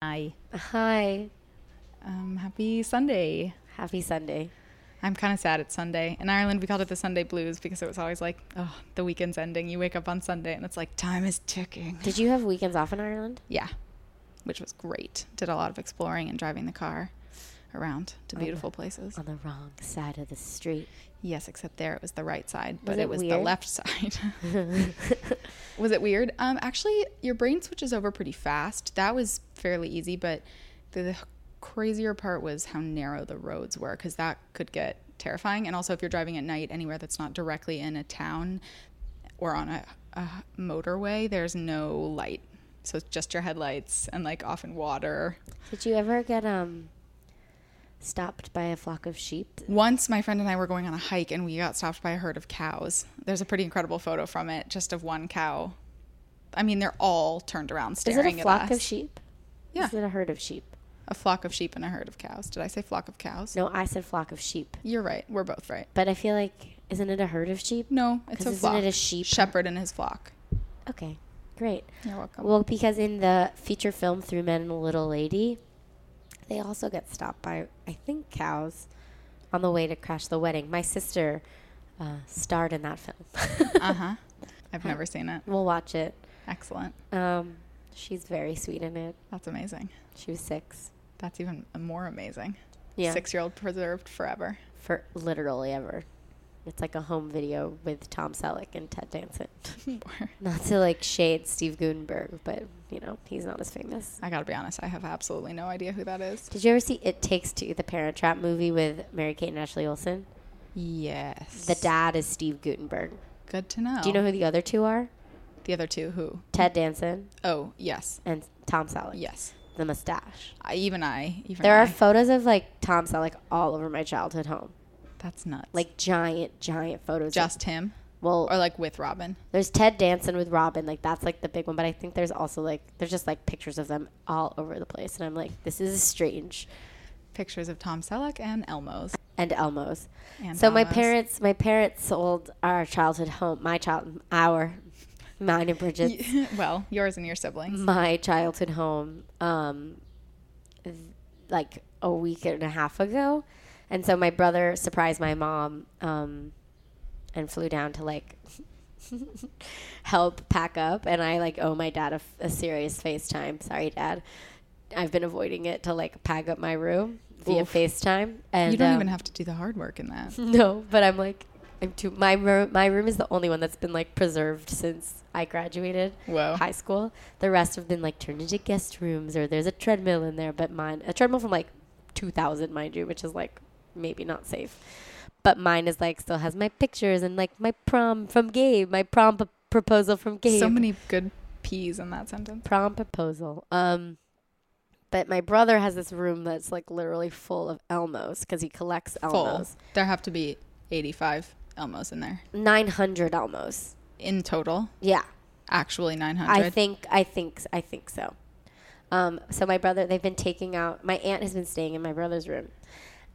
Hi. Hi. Um, happy Sunday. Happy Sunday. I'm kind of sad it's Sunday. In Ireland, we called it the Sunday blues because it was always like, oh, the weekend's ending. You wake up on Sunday and it's like, time is ticking. Did you have weekends off in Ireland? Yeah, which was great. Did a lot of exploring and driving the car around to Oh, wow. beautiful places. On the wrong side of the street. Yes, except there it was the right side, but Was it, it was the weird? left side. was it weird? Um, actually, your brain switches over pretty fast. That was fairly easy, but the crazier part was how narrow the roads were because that could get terrifying. And also, if you're driving at night anywhere that's not directly in a town or on a, a motorway, there's no light. So it's just your headlights and like often water. Did you ever get um stopped by a flock of sheep? Once my friend and I were going on a hike and we got stopped by a herd of cows. There's a pretty incredible photo from it, just of one cow. I mean, they're all turned around Is staring it a flock at us. of sheep? Yeah. Is it a herd of sheep? A flock of sheep and a herd of cows. Did I say flock of cows? No, I said flock of sheep. You're right. We're both right. But I feel like isn't it a herd of sheep? No, it's 'Cause a isn't flock. it a sheep? Shepherd and his flock. Okay. Great. You're welcome. Well, because in the feature film Three Men and a Little Lady, they also get stopped by, I think, cows on the way to Crash the Wedding. My sister uh, starred in that film. uh huh. I've never seen it. we'll watch it. Excellent. Um, she's very sweet in it. That's amazing. She was six. That's even more amazing. Yeah. Six year old preserved forever. For literally ever. It's like a home video with Tom Selleck and Ted Danson. Not to like shade Steve Gutenberg, but you know, he's not as famous. I gotta be honest. I have absolutely no idea who that is. Did you ever see It Takes Two, the Parent Trap movie with Mary Kate and Ashley Olsen? Yes. The dad is Steve Gutenberg. Good to know. Do you know who the other two are? the other two? Who? Ted Danson Oh, yes. and Tom Selleck. Yes. The mustache. I, even I. Even There I. are photos of like Tom Selleck all over my childhood home. That's nuts. Like giant, giant photos. of- just him, well, or like with Robin. there's Ted Danson with Robin. Like that's like the big one. But I think there's also like there's just like pictures of them all over the place. And I'm like, this is strange. Pictures of Tom Selleck and Elmo's. And Elmo's. And so my Elmo's. parents, my parents sold our childhood home, my child, our, mine and Bridget's well, yours and your siblings. my childhood home um th- like a week and a half ago and so my brother surprised my mom um and flew down to like help pack up and i like owe my dad a, f- a serious facetime sorry dad i've been avoiding it to like pack up my room via Oof. facetime and you don't um, even have to do the hard work in that. no, but I'm like, I'm too. My room, my room is the only one that's been like preserved since I graduated Whoa. high school. The rest have been like turned into guest rooms, or there's a treadmill in there, but mine a treadmill from like 2000, mind you, which is like maybe not safe. But mine is like still has my pictures and like my prom from Gabe, my prom p- proposal from Gabe So many good P's in that sentence. prom proposal. Um, but my brother has this room that's like literally full of Elmos because he collects Full. Elmos. There have to be 85 Elmo's in there Nine hundred Elmos. in total. Yeah, Actually, 900. I think I think I think so. Um, so my brother, they've been taking out. My aunt has been staying in my brother's room,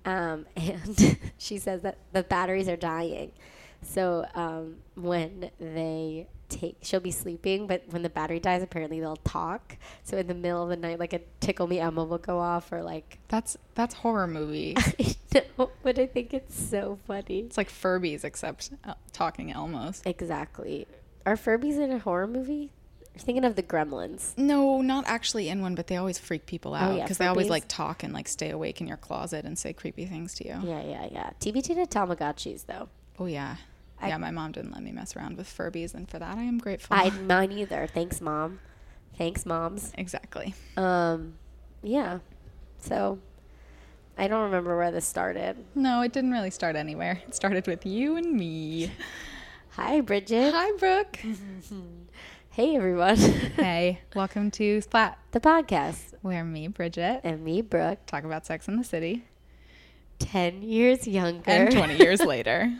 um, and she says that the batteries are dying. So um, when they take, she'll be sleeping, but when the battery dies, apparently they'll talk. So in the middle of the night, like a tickle me Emma will go off, or like, that's that's horror movie. I know, but I think it's so funny. it's like Furbies except uh, talking Elmo's. Exactly. Are Furbies in a horror movie? You're thinking of the Gremlins. No, not actually in one, but they always freak people out yeah, because they always Furbies. like talk and like stay awake in your closet and say creepy things to you. Yeah, yeah, yeah. TBT to Tamagotchis, though. Oh yeah. I- yeah, my mom didn't let me mess around with Furbies, and for that I am grateful. I mine either. Thanks, mom. Thanks, moms. exactly. Um, yeah. So, I don't remember where this started. No, it didn't really start anywhere. It started with you and me. Hi, Bridget. Hi, Brooke. Hey, everyone. hey, welcome to Splat, the podcast where me, Bridget, and me, Brooke, talk about Sex in the City, ten years younger and 20 years later,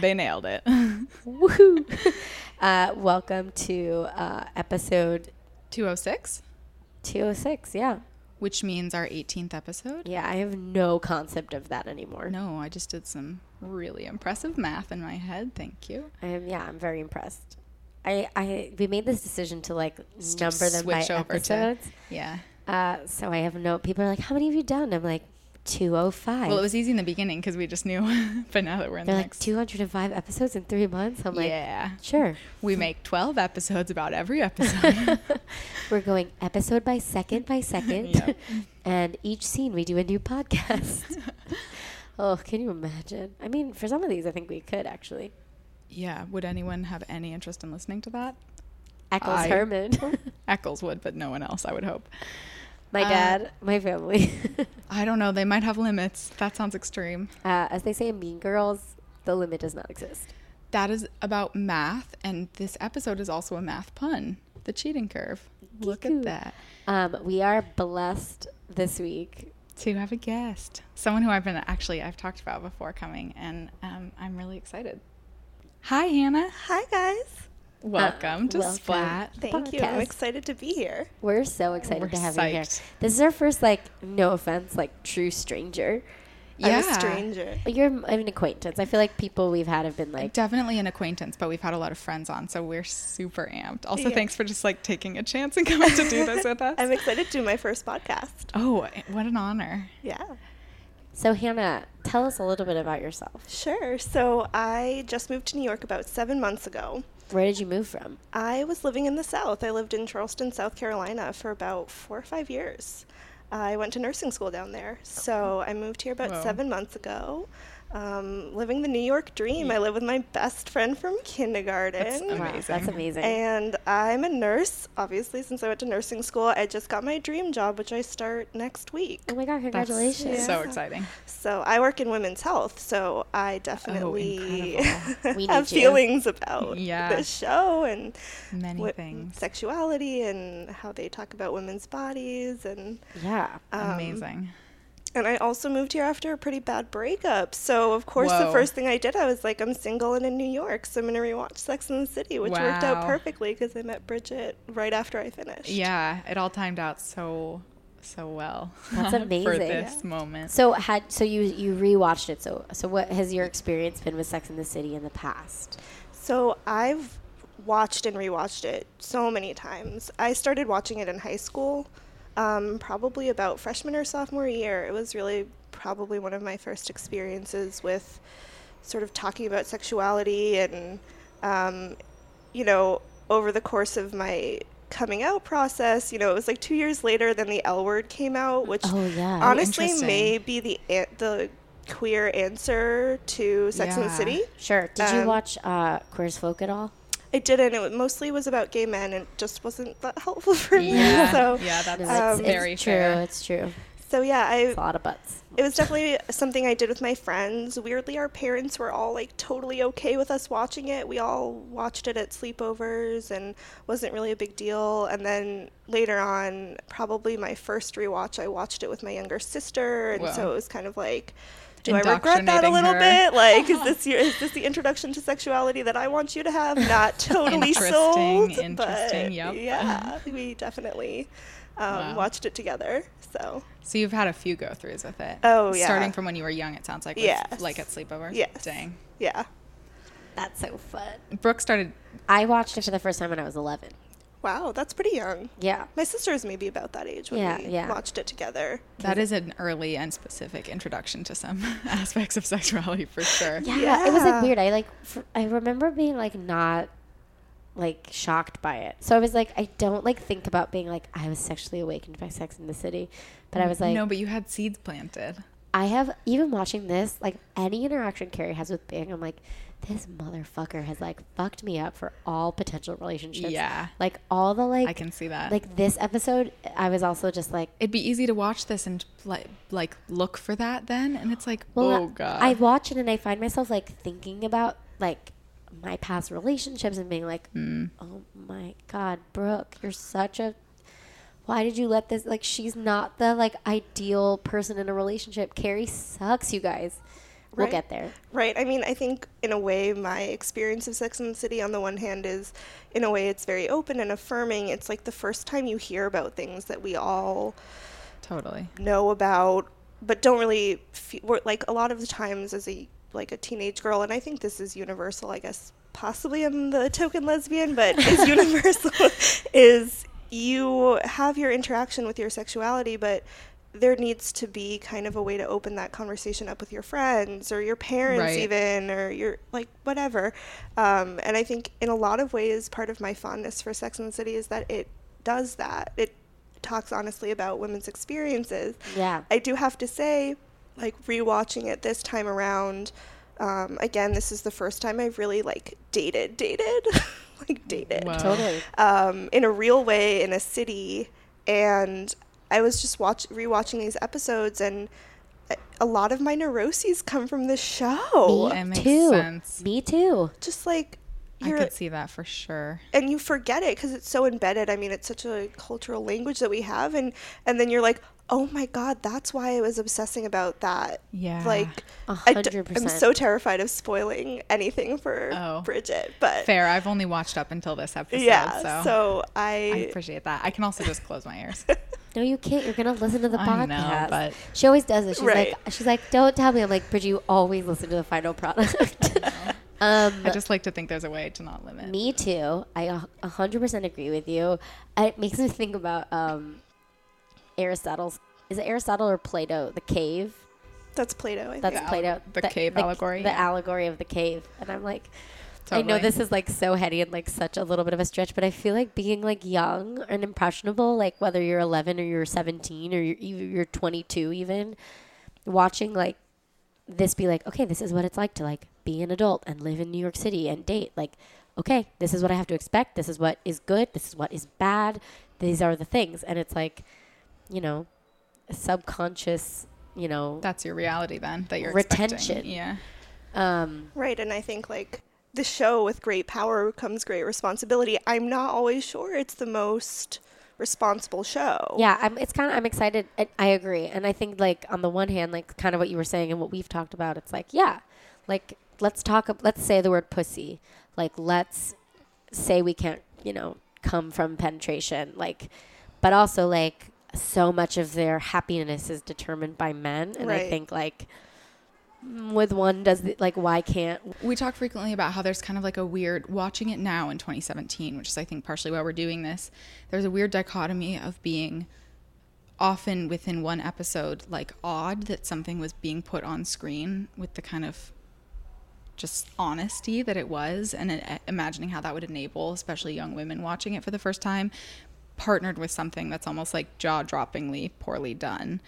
they nailed it. Woohoo! Uh, welcome to uh, episode 206, two hundred six. Yeah, which means our 18th episode. yeah. I have no concept of that anymore. No, I just did some really impressive math in my head. Thank you. I am, yeah, I'm very impressed. I, I we made this decision to like number them by switch over to- episodes, Yeah. Uh, so I have no. People are like, "How many have you done?" I'm like, 205. Well, it was easy in the beginning because we just knew, but now that we're in They're the like next, 205 episodes in three months. I'm like, yeah, sure. we make twelve episodes about every episode. We're going episode by second by second, Yeah. and each scene we do a new podcast. oh, can you imagine? I mean, for some of these, I think we could actually. yeah, would anyone have any interest in listening to that? Eccles I- Herman, Eccles would, but no one else, I would hope. my Uh, dad, my family. I don't know. They might have limits. That sounds extreme. uh, as they say in Mean Girls, the limit does not exist. That is about math, and this episode is also a math pun. The cheating curve. Look Cuckoo. at that. Um, we are blessed this week. To have a guest, someone who I've been actually I've talked about before coming, and um, I'm really excited. Hi, Hannah. Hi guys. Welcome to welcome. Splat. Thank you. Podcast. I'm excited to be here. We're so excited We're to have you here. psyched. This is our first, like, no offense, like, true stranger. I'm a stranger. You're m- an acquaintance. I feel like people we've had have been like, Definitely an acquaintance, but we've had a lot of friends on, so we're super amped. Also, Yeah. thanks for just like taking a chance and coming to do this with us. I'm excited to do my first podcast. oh, what an honor. Yeah. so Hannah, tell us a little bit about yourself. Sure. So I just moved to New York about seven months ago. Where did you move from? I was living in the South. I lived in Charleston, South Carolina for about four or five years. I went to nursing school down there. So I moved here about Wow. seven months ago. Um, living the New York dream. I live with my best friend from kindergarten. amazing. Wow, that's amazing. And I'm a nurse, obviously, since I went to nursing school. I just got my dream job, which I start next week. oh my god, That's congratulations! So exciting. So I work in women's health, so I definitely incredible. We have need you. feelings about Yeah. this show and Many what- things. sexuality and how they talk about women's bodies and Yeah. um, amazing. And I also moved here after a pretty bad breakup. So of course Whoa. the first thing I did I was like I'm single and in New York, so I'm gonna rewatch Sex and the City, which worked out Wow. perfectly because I met Bridget right after I finished. Yeah, it all timed out so so well. That's for amazing. this moment. So had so you you rewatched it. So so what has your experience been with Sex in the City in the past? So I've watched and rewatched it so many times. I started watching it in high school, um, probably about freshman or sophomore year. It was really probably one of my first experiences with sort of talking about sexuality and, um, you know, over the course of my coming out process, you know, it was like two years later than the L word came out, which Oh, yeah. Oh, honestly interesting. may be the, an- the queer answer to Sex and the Yeah. City. Sure. Did you Um, watch uh, Queer as Folk at all? I didn't. It wa- mostly was about gay men and just wasn't that helpful for me. Yeah, So, yeah, that's No, um, it's, it's very true. fair. It's true. so yeah, I It's a lot of butts. it was definitely something I did with my friends. Weirdly, our parents were all like totally okay with us watching it. We all watched it at sleepovers and wasn't really a big deal. And then later on, probably my first rewatch, I watched it with my younger sister, and Wow. so it was kind of like. Do I regret that a Indoctrinating little her. bit? Like, is this your, is this the introduction to sexuality that I want you to have? Not totally Interesting, sold. interesting, but yep. Yeah, we definitely um, Wow. watched it together. So So you've had a few go throughs with it. Oh, yeah. Starting from when you were young, it sounds like. with- Yes. Like at sleepover. Yes. Dang. yeah, That's so fun. Brooke started. I watched it for the first time when I was 11. wow, that's pretty young. Yeah. My sister is maybe about that age when Yeah, we yeah. watched it together. That is an early and specific introduction to some aspects of sexuality for sure. Yeah, it was like Yeah. weird. I like fr- I remember being like not like shocked by it. So I was like, I don't like think about being like I was sexually awakened by Sex in the City, but I was like, no, but you had seeds planted. I have even watching this like any interaction Carrie has with Bing, I'm like, this motherfucker has like fucked me up for all potential relationships. Yeah. like all the like I can uh, see that. like this episode. I was also just like. It'd be easy to watch this and like, like look for that then, and it's like, Well, oh god. I watch it and I find myself like thinking about like my past relationships and being like, Hmm. oh my god, Brooke, you're such a. Why did you let this? Like, she's not the like ideal person in a relationship. Carrie sucks, you guys. We'll Right. get there. Right. I mean, I think in a way, my experience of Sex and the City on the one hand is, in a way, it's very open and affirming. It's like the first time you hear about things that we all totally. know about but don't really feel we're, like a lot of the times as a like a teenage girl and i think this is universal i guess possibly i'm the token lesbian but is universal is you have your interaction with your sexuality, but there needs to be kind of a way to open that conversation up with your friends or your parents Right. even or your like whatever um, and i think in a lot of ways part of my fondness for sex and the city is that it does that it talks honestly about women's experiences Yeah. I do have to say, like rewatching it this time around, um, again, this is the first time I've really like dated, dated, like dated Wow. Totally. um, in a real way in a city. And I was just watch rewatching these episodes, and a- a lot of my neuroses come from this show. That oh, makes too. sense. Me too. Just like I you're could see that for sure. and you forget it because it's so embedded. I mean, it's such a cultural language that we have, and and then you're like, oh my god, that's why I was obsessing about that. Yeah. like A I d- hundred I'm percent. so terrified of spoiling anything for Oh. Bridget, but Fair. I've only watched up until this episode. yeah, so, so, I I, appreciate that. I can also just close my ears. No, you can't. You're gonna listen to the podcast. I know, but- she always does this. She's Right. like, she's like, don't tell me. I'm like, Bridget, you always listen to the final product. um, I just like to think there's a way to not limit. me too. I a- a hundred percent agree with you. It makes me think about um, Aristotle's. Is it Aristotle or Plato? The cave. that's Plato. I That's think. The al- Plato. the cave allegory, The yeah. allegory of the cave. And I'm like, I know Totally. this is like so heady and like such a little bit of a stretch, but I feel like being like young and impressionable, like whether you're 11 or you're 17 or you're, even- you're 22, even watching like this be like, okay, this is what it's like to like be an adult and live in New York City and date. Like, okay, this is what I have to expect. This is what is good. This is what is bad. These are the things. And it's like, you know, subconscious, you know, That's your reality then that you're Retention. Expecting. Yeah. um, right, and I think like the show with great power comes great responsibility. I'm not always sure it's the most responsible show. Yeah, I'm, it's kind of. I'm excited. I, I agree, and I think like on the one hand, like kind of what you were saying and what we've talked about. It's like yeah, like let's talk. ab- Let's say the word pussy. Like let's say we can't, you know, come from penetration. Like, but also like so much of their happiness is determined by men, and I Right. think like mm, with one does the, like why can't We talk frequently about how there's kind of like a weird watching it now in 2017, which is I think partially why we're doing this. There's a weird dichotomy of being often within one episode like odd that something was being put on screen with the kind of just honesty that it was and uh, imagining how that would enable especially young women watching it for the first time partnered with something that's almost like jaw-droppingly poorly done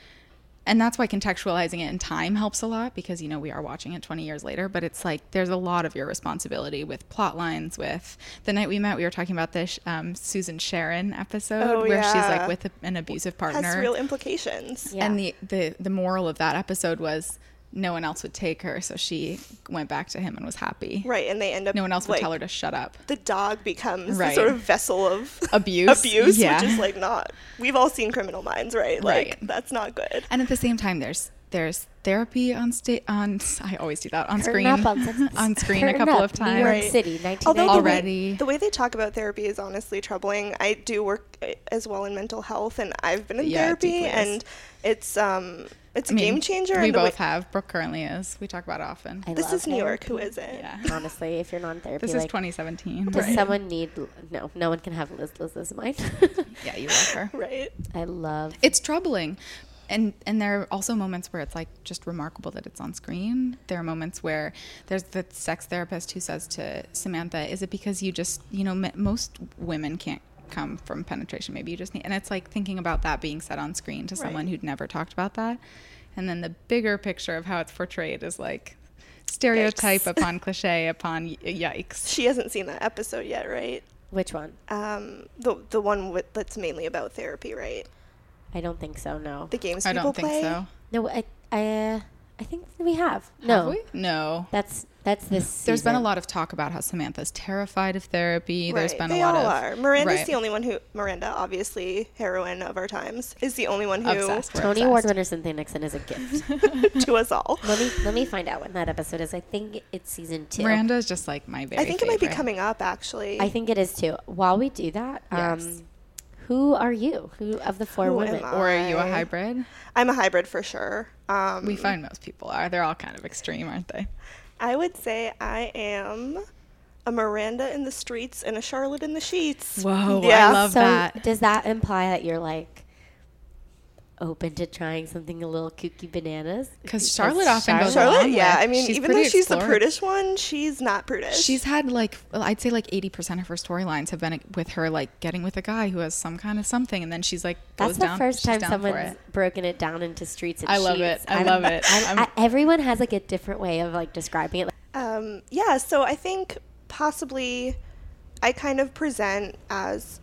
and that's why contextualizing it in time helps a lot because you know we are watching it 20 years later but it's like there's a lot of your responsibility with plot lines with the night we met we were talking about this um, susan sharon episode Oh, where she's yeah. like with a- an abusive It has partner real implications. yeah. and the, the the moral of that episode was no one else would take her so she went back to him and was happy Right, and they end up no one else would like, tell her to shut up the dog becomes the Right. sort of vessel of Abuse, abuse, yeah. which is like not. We've all seen Criminal Minds, right? Like Right. that's not good. and at the same time there's there's therapy on stage on i always do that on Curtain screen up on sex- on screen a curtain couple up, of New York times Right. City, 1990. Although the way- Already. the way they talk about therapy is honestly troubling. I do work eh, as well in mental health, and I've been in Yeah, it therapy, deeply is. and it's um it's a I mean, game changer. we and the way- both have brooke currently is we talk about it often I This love is New York. therapy. Who is it? yeah Honestly, if you're not in therapy, this is like, 2017 Does Right. someone need no? No one can have Liz. Liz is mine. yeah you love her Right. I love. it's troubling and and there are also moments where it's like just remarkable that it's on screen there are moments where there's the sex therapist who says to samantha is it because you just you know m- most women can't come from penetration maybe you just need and it's like thinking about that being said on screen to someone Right. who'd never talked about that and then the bigger picture of how it's portrayed is like stereotype upon cliche upon y- yikes She hasn't seen that episode yet, right? Which one? Um, the the one with, that's mainly about therapy, right? I don't think so. No. The games i people don't play. think so No. I. I. Uh, I think we have. No. Have we? no That's that's this. There's been a season. lot of talk about how Samantha's terrified of therapy. There's Right. been they a lot all of are. Miranda's Right. the only one who Miranda, obviously heroine of our times, is the only one who obsessed. We're Tony obsessed. Award winner Cynthia Nixon is a gift. to us all. let me let me find out when that episode is. I think it's season two. Miranda is just like my very. I think it might be favorite. coming up actually. I think it is too. While we do that, Yes. um, who are you? Who of the four Who women? am I? Or are you a I- hybrid? I'm a hybrid for sure. Um, We find most people are. They're all kind of extreme, aren't they? I would say I am a Miranda in the streets and a Charlotte in the sheets. Whoa, I Yeah. love so that. does that imply that you're like open to trying something a little kooky bananas? Because Charlotte often goes Charlotte- along Charlotte, yeah. with- I mean, she's even though pretty she's the explorative. prudish one, she's not prudish. She's had like well, I'd say like eighty percent of her storylines have been with her like getting with a guy who has some kind of something, and then she's like goes That's the down. first she's time down for someone's it. broken it down into streets and I love sheets. it. I I'm- love it. I'm- I'm- I- everyone has like a different way of like describing it. Like, Um, yeah, so I think possibly I kind of present as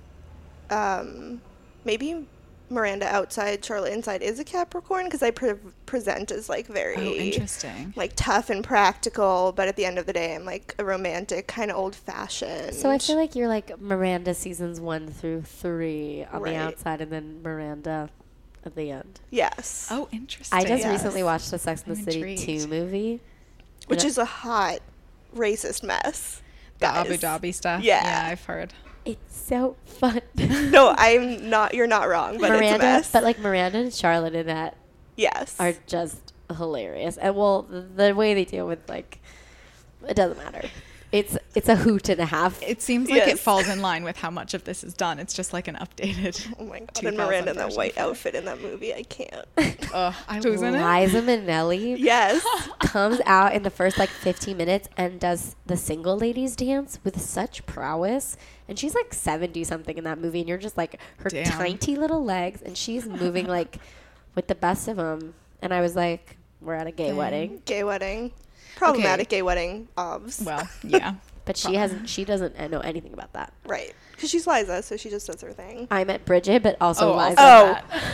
um, maybe Miranda outside, Charlotte inside is a Capricorn because I pre- present as like very Oh, interesting. like tough and practical, but at the end of the day, I'm like a romantic, kind of old fashioned. so I feel like you're like Miranda seasons one through three on Right. the outside, and then Miranda at the end. yes, Oh, interesting. I just Yes. recently watched the Sex and the I'm City two intrigued. movie. which Yeah. is a hot racist mess. the guys. Abu Dhabi stuff. Yeah. yeah, I've heard. It's so fun. No, I'm not. You're not wrong, but it's a Miranda, mess. but like Miranda and Charlotte in that yes, are just hilarious. And well, the way they deal with like it doesn't matter. It's it's a hoot and a half. It seems like it Yes. falls in line with how much of this is done. It's just like an updated. oh my god, 2000 and Miranda in that version. white outfit in that movie, I can't. Ugh, I was in it. Liza Minnelli Yes. comes out in the first like 15 minutes and does the single ladies dance with such prowess. And she's like 70 something in that movie, and you're just like her Damn. tiny little legs, and she's moving like with the best of them. And I was like, we're at a gay wedding, gay wedding. Problematic gay wedding, obvs. Well, yeah. but she hasn't. She doesn't know anything about that. right. Because she's Liza, so she just does her thing. I met Bridget, but also Oh, Liza. also Oh, that.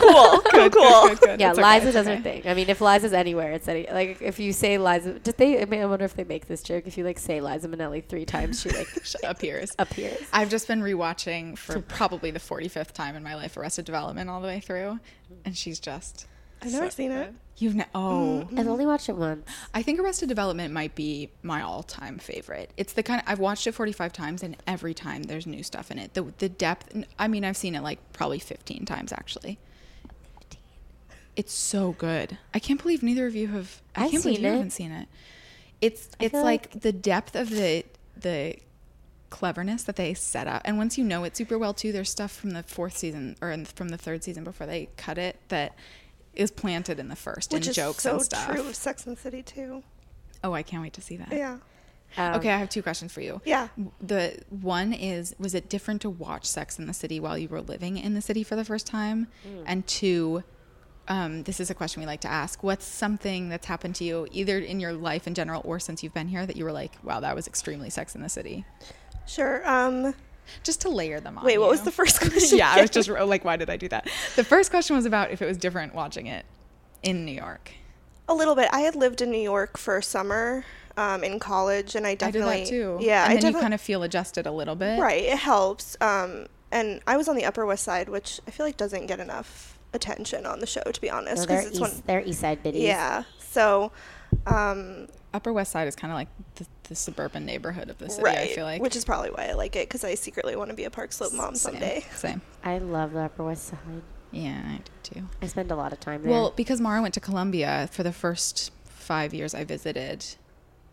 cool, cool, Good, cool. good, good. Yeah, It's okay, Liza it's does her okay. thing. I mean, if Liza's anywhere, it's any like if you say Liza. Did they? I, mean, I wonder if they make this joke. If you like say Liza Minnelli three times, she like She appears. appears. I've just been rewatching for probably the 45th time in my life Arrested Development all the way through, and she's just. I've never so seen it. good. You've ne- oh, I've only watched it once. I think Arrested Development might be my all-time favorite. It's the kind I've watched it 45 times, and every time there's new stuff in it. The the depth. I mean, I've seen it like probably 15 times actually. It's so good. I can't believe neither of you have. I I've can't believe seen you it. haven't seen it. It's I it's feel like, the depth of the the cleverness that they set up, and once you know it super well too, there's stuff from the fourth season or in, from the third season before they cut it that is planted in the first Which in is jokes so and stuff. true of Sex and the City too. Oh, I can't wait to see that. Yeah. Um, Okay, I have two questions for you. Yeah. The one is was it different to watch Sex in the City while you were living in the city for the first time? And two, um, this is a question we like to ask. What's something that's happened to you either in your life in general or since you've been here that you were like, wow, that was extremely Sex in the City? Sure. Um Just to layer them on. wait, what you. was the first question? yeah, I was just like, why did I do that? The first question was about if it was different watching it in New York. a little bit. I had lived in New York for a summer um, in college and I definitely I did that too. Yeah, and I then you defi- kind of feel adjusted a little bit. Right, it helps. Um, and I was on the Upper West Side, which I feel like doesn't get enough attention on the show, to be honest, no, because they're it's east, one. they're east side biddies. Yeah, so um, Upper West Side is kind of like the, the suburban neighborhood of the city. right, I feel like which is probably why I like it, because I secretly want to be a Park Slope mom Same, someday. Same. I love the Upper West Side. Yeah, I do too. I spend a lot of time there. Well, because Mara went to Columbia for the first five years I visited,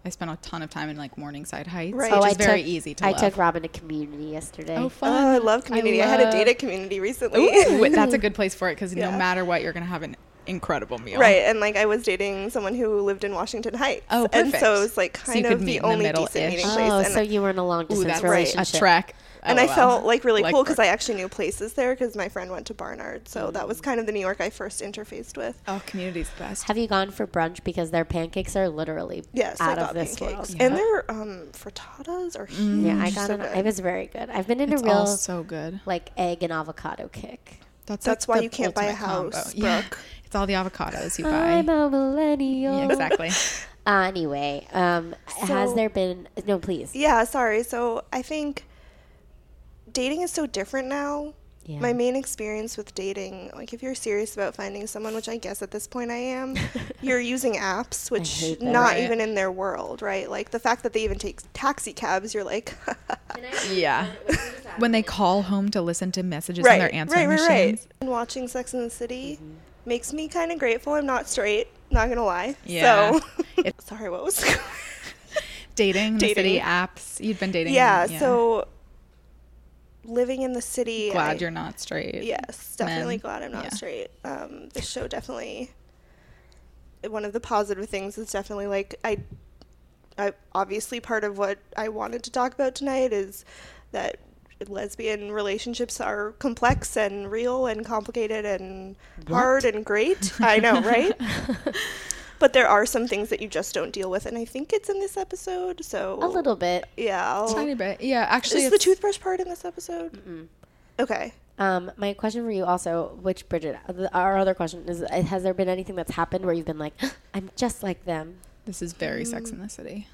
I spent a ton of time in like Morningside Heights, Right. which Oh, is I very took- easy to I love. took Robin to community yesterday. oh, Oh, fun! I love community. I, had a love- date at community recently. Ooh, that's a good place for it because no Yeah. matter what, you're gonna have an incredible meal. Right, and like I was dating someone who lived in Washington Heights, Oh, and perfect. so it was like So you kind could of meet the in the only middle-ish. decent meeting Oh, place. And so you were in a long Ooh, distance that's right. a relationship. trek. and I LOL. felt like really Oh, Like cool 'cause cool because work. I actually knew places there because my friend went to Barnard, so that was kind of the New York I first interfaced with. oh, community's the best. Have you gone for brunch? Because their pancakes are literally Yes, out I of got this pancakes, world. Mm, Yeah. and their um, frittatas are huge. Yeah, I got Mm, so an. good. It was very good. I've been in It's a real all so good. like egg and avocado kick. That's That's like why the you can't buy a ultimate combo. house, Yeah. Brooke. It's all the avocados you buy. I'm a millennial. Yeah, exactly. Uh, anyway, um, has So- there been no? Please. Yeah, sorry. So I think dating is so different now. Yeah. My main experience with dating, like if you're serious about finding someone, which I guess at this point I am, you're using apps, which hate that. not Right. even in their world, right? Like the fact that they even take taxi cabs, you're like, Yeah. when they call home to listen to messages on their answering right, right, machines. And watching Sex in the City makes me kind of grateful I'm not straight. Not gonna lie. Yeah. So sorry. What was? dating, the city Dating. apps. You'd been dating. yeah, yeah. so living in the city. glad I- you're not straight. Yes, definitely men. glad I'm not Yeah. straight. Um, the show definitely one of the positive things is definitely like I, I obviously part of what I wanted to talk about tonight is that lesbian relationships are complex and real and complicated and hard and great. I know, right? but there are some things that you just don't deal with, and I think it's in this episode. So a little bit. yeah. I'll- Tiny bit. Yeah, actually, is the it's- toothbrush part in this episode? Okay. Um, my question for you also, which Bridget, the- our other question is, uh, has there been anything that's happened where you've been like, I'm just like them? This is very Mm. Sex in the City.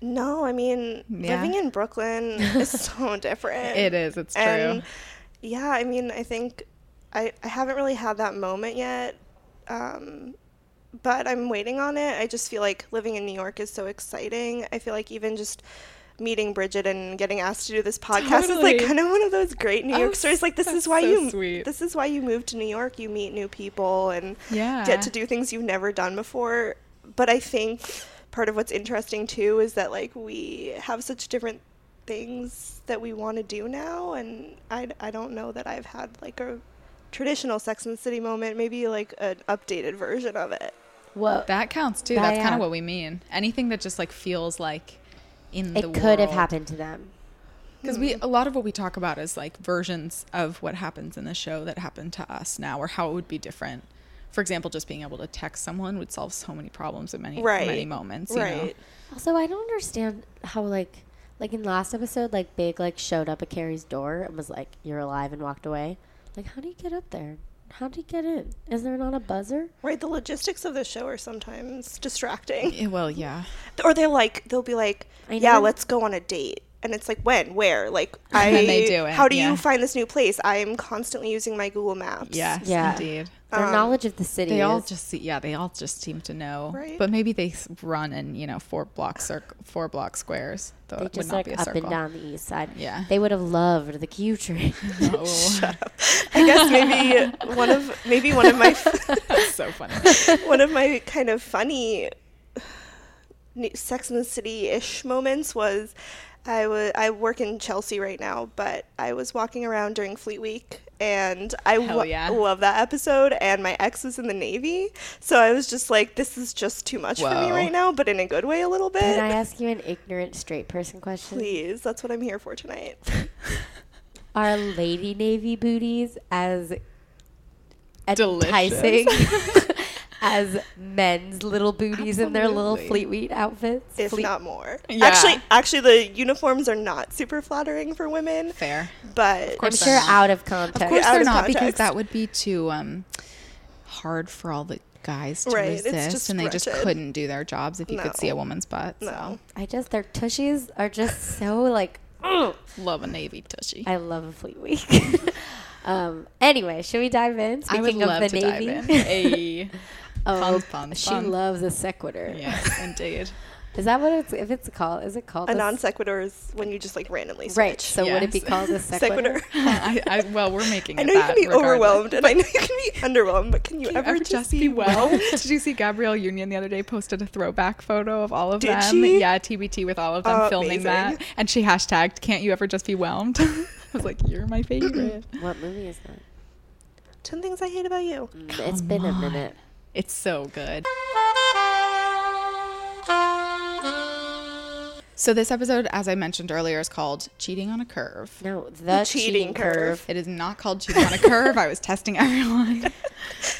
No, I mean Yeah. living in Brooklyn is so different. It is. It's true. And yeah, I mean, I think I I haven't really had that moment yet, um, but I'm waiting on it. I just feel like living in New York is so exciting. I feel like even just meeting Bridget and getting asked to do this podcast is Totally. like kind of one of those great New York Oh, stories. Like this that's is why so you sweet. this is why you move to New York. You meet new people and yeah. get to do things you've never done before. But I think part of what's interesting too is that like we have such different things that we want to do now, and I, I don't know that I've had like a traditional Sex and the City moment, maybe like an updated version of it. Well, That counts too. That- That's kind yeah. of what we mean. Anything that just like feels like in the it could have world. happened to them. because we a lot of what we talk about is like versions of what happens in the show that happened to us now or how it would be different for example just being able to text someone would solve so many problems in many Right. many moments you know? right. Also, I don't understand how like like in last episode, like Big like showed up at Carrie's door and was like, "You're alive," and walked away. Like, how do you get up there? How do you get in? Is there not a buzzer? Right. The logistics of the show are sometimes distracting. Yeah, well yeah Or they're like, they'll be like, I yeah, never- let's go on a date. And it's like, when, where? Like, I, then they do it, how do yeah. you find this new place? I'm constantly using my Google Maps. yes Yeah. indeed Their knowledge of the city. Um, they all is- just see, yeah they all just seem to know Right. but maybe they s- run in you know four block circle four block squares though they it would just not like be a up circle and down the east side. Yeah. they would have loved the Q tree. Oh, I guess maybe one of maybe one of my that's so funny one of my kind of funny n- Sex and the City ish moments was I was I work in Chelsea right now, but I was walking around during Fleet Week. And I Hell wa- yeah. love that episode. And my ex was in the Navy, so I was just like, "This is just too much for me Whoa. right now," but in a good way, a little Can I bit. ask you an ignorant straight person question? Please, that's what I'm here for tonight. Are lady navy booties as Delicious. enticing as men's little booties in their little Absolutely. Fleetweed outfits? if Fleet- not more. Yeah. Actually, actually, the uniforms are not super flattering for women, fair but I'm course sure they're not. out of context. Of course out they're of not because context. that would be too um, hard for all the guys to Right, it's resist, just and they just wretched. couldn't do their jobs if you could see a No. woman's butt. No. I just their tushies are just so like mm. So love a navy tushy. I love a Fleet Week. um, anyway, should we dive in? I would love to dive in. Hey, Oh, Puns, puns, she puns. loves a sequitur. yes, indeed. Is that what it's if it's called? Is it called a a non sequitur is when you just like randomly switch. Right. So would it be Yes. called a sequitur? sequitur. I, I, well, we're making. I it know you that can be regardless. overwhelmed, and I know you can be underwhelmed, but can you, Can you ever, just be well? well? Did you see Gabrielle Union the other day posted a throwback photo of all of Did them? she? Yeah, TBT with all of them filming Amazing. that, and she hashtagged "Can't you ever just be whelmed?" I was like, "You're my favorite." What movie is that? Ten things I hate about you. Mm, It's been a minute. it's so good. So this episode, as I mentioned earlier, is called "Cheating on a Curve." No, the, cheating, cheating curve. It is not called cheating on a curve. I was testing everyone.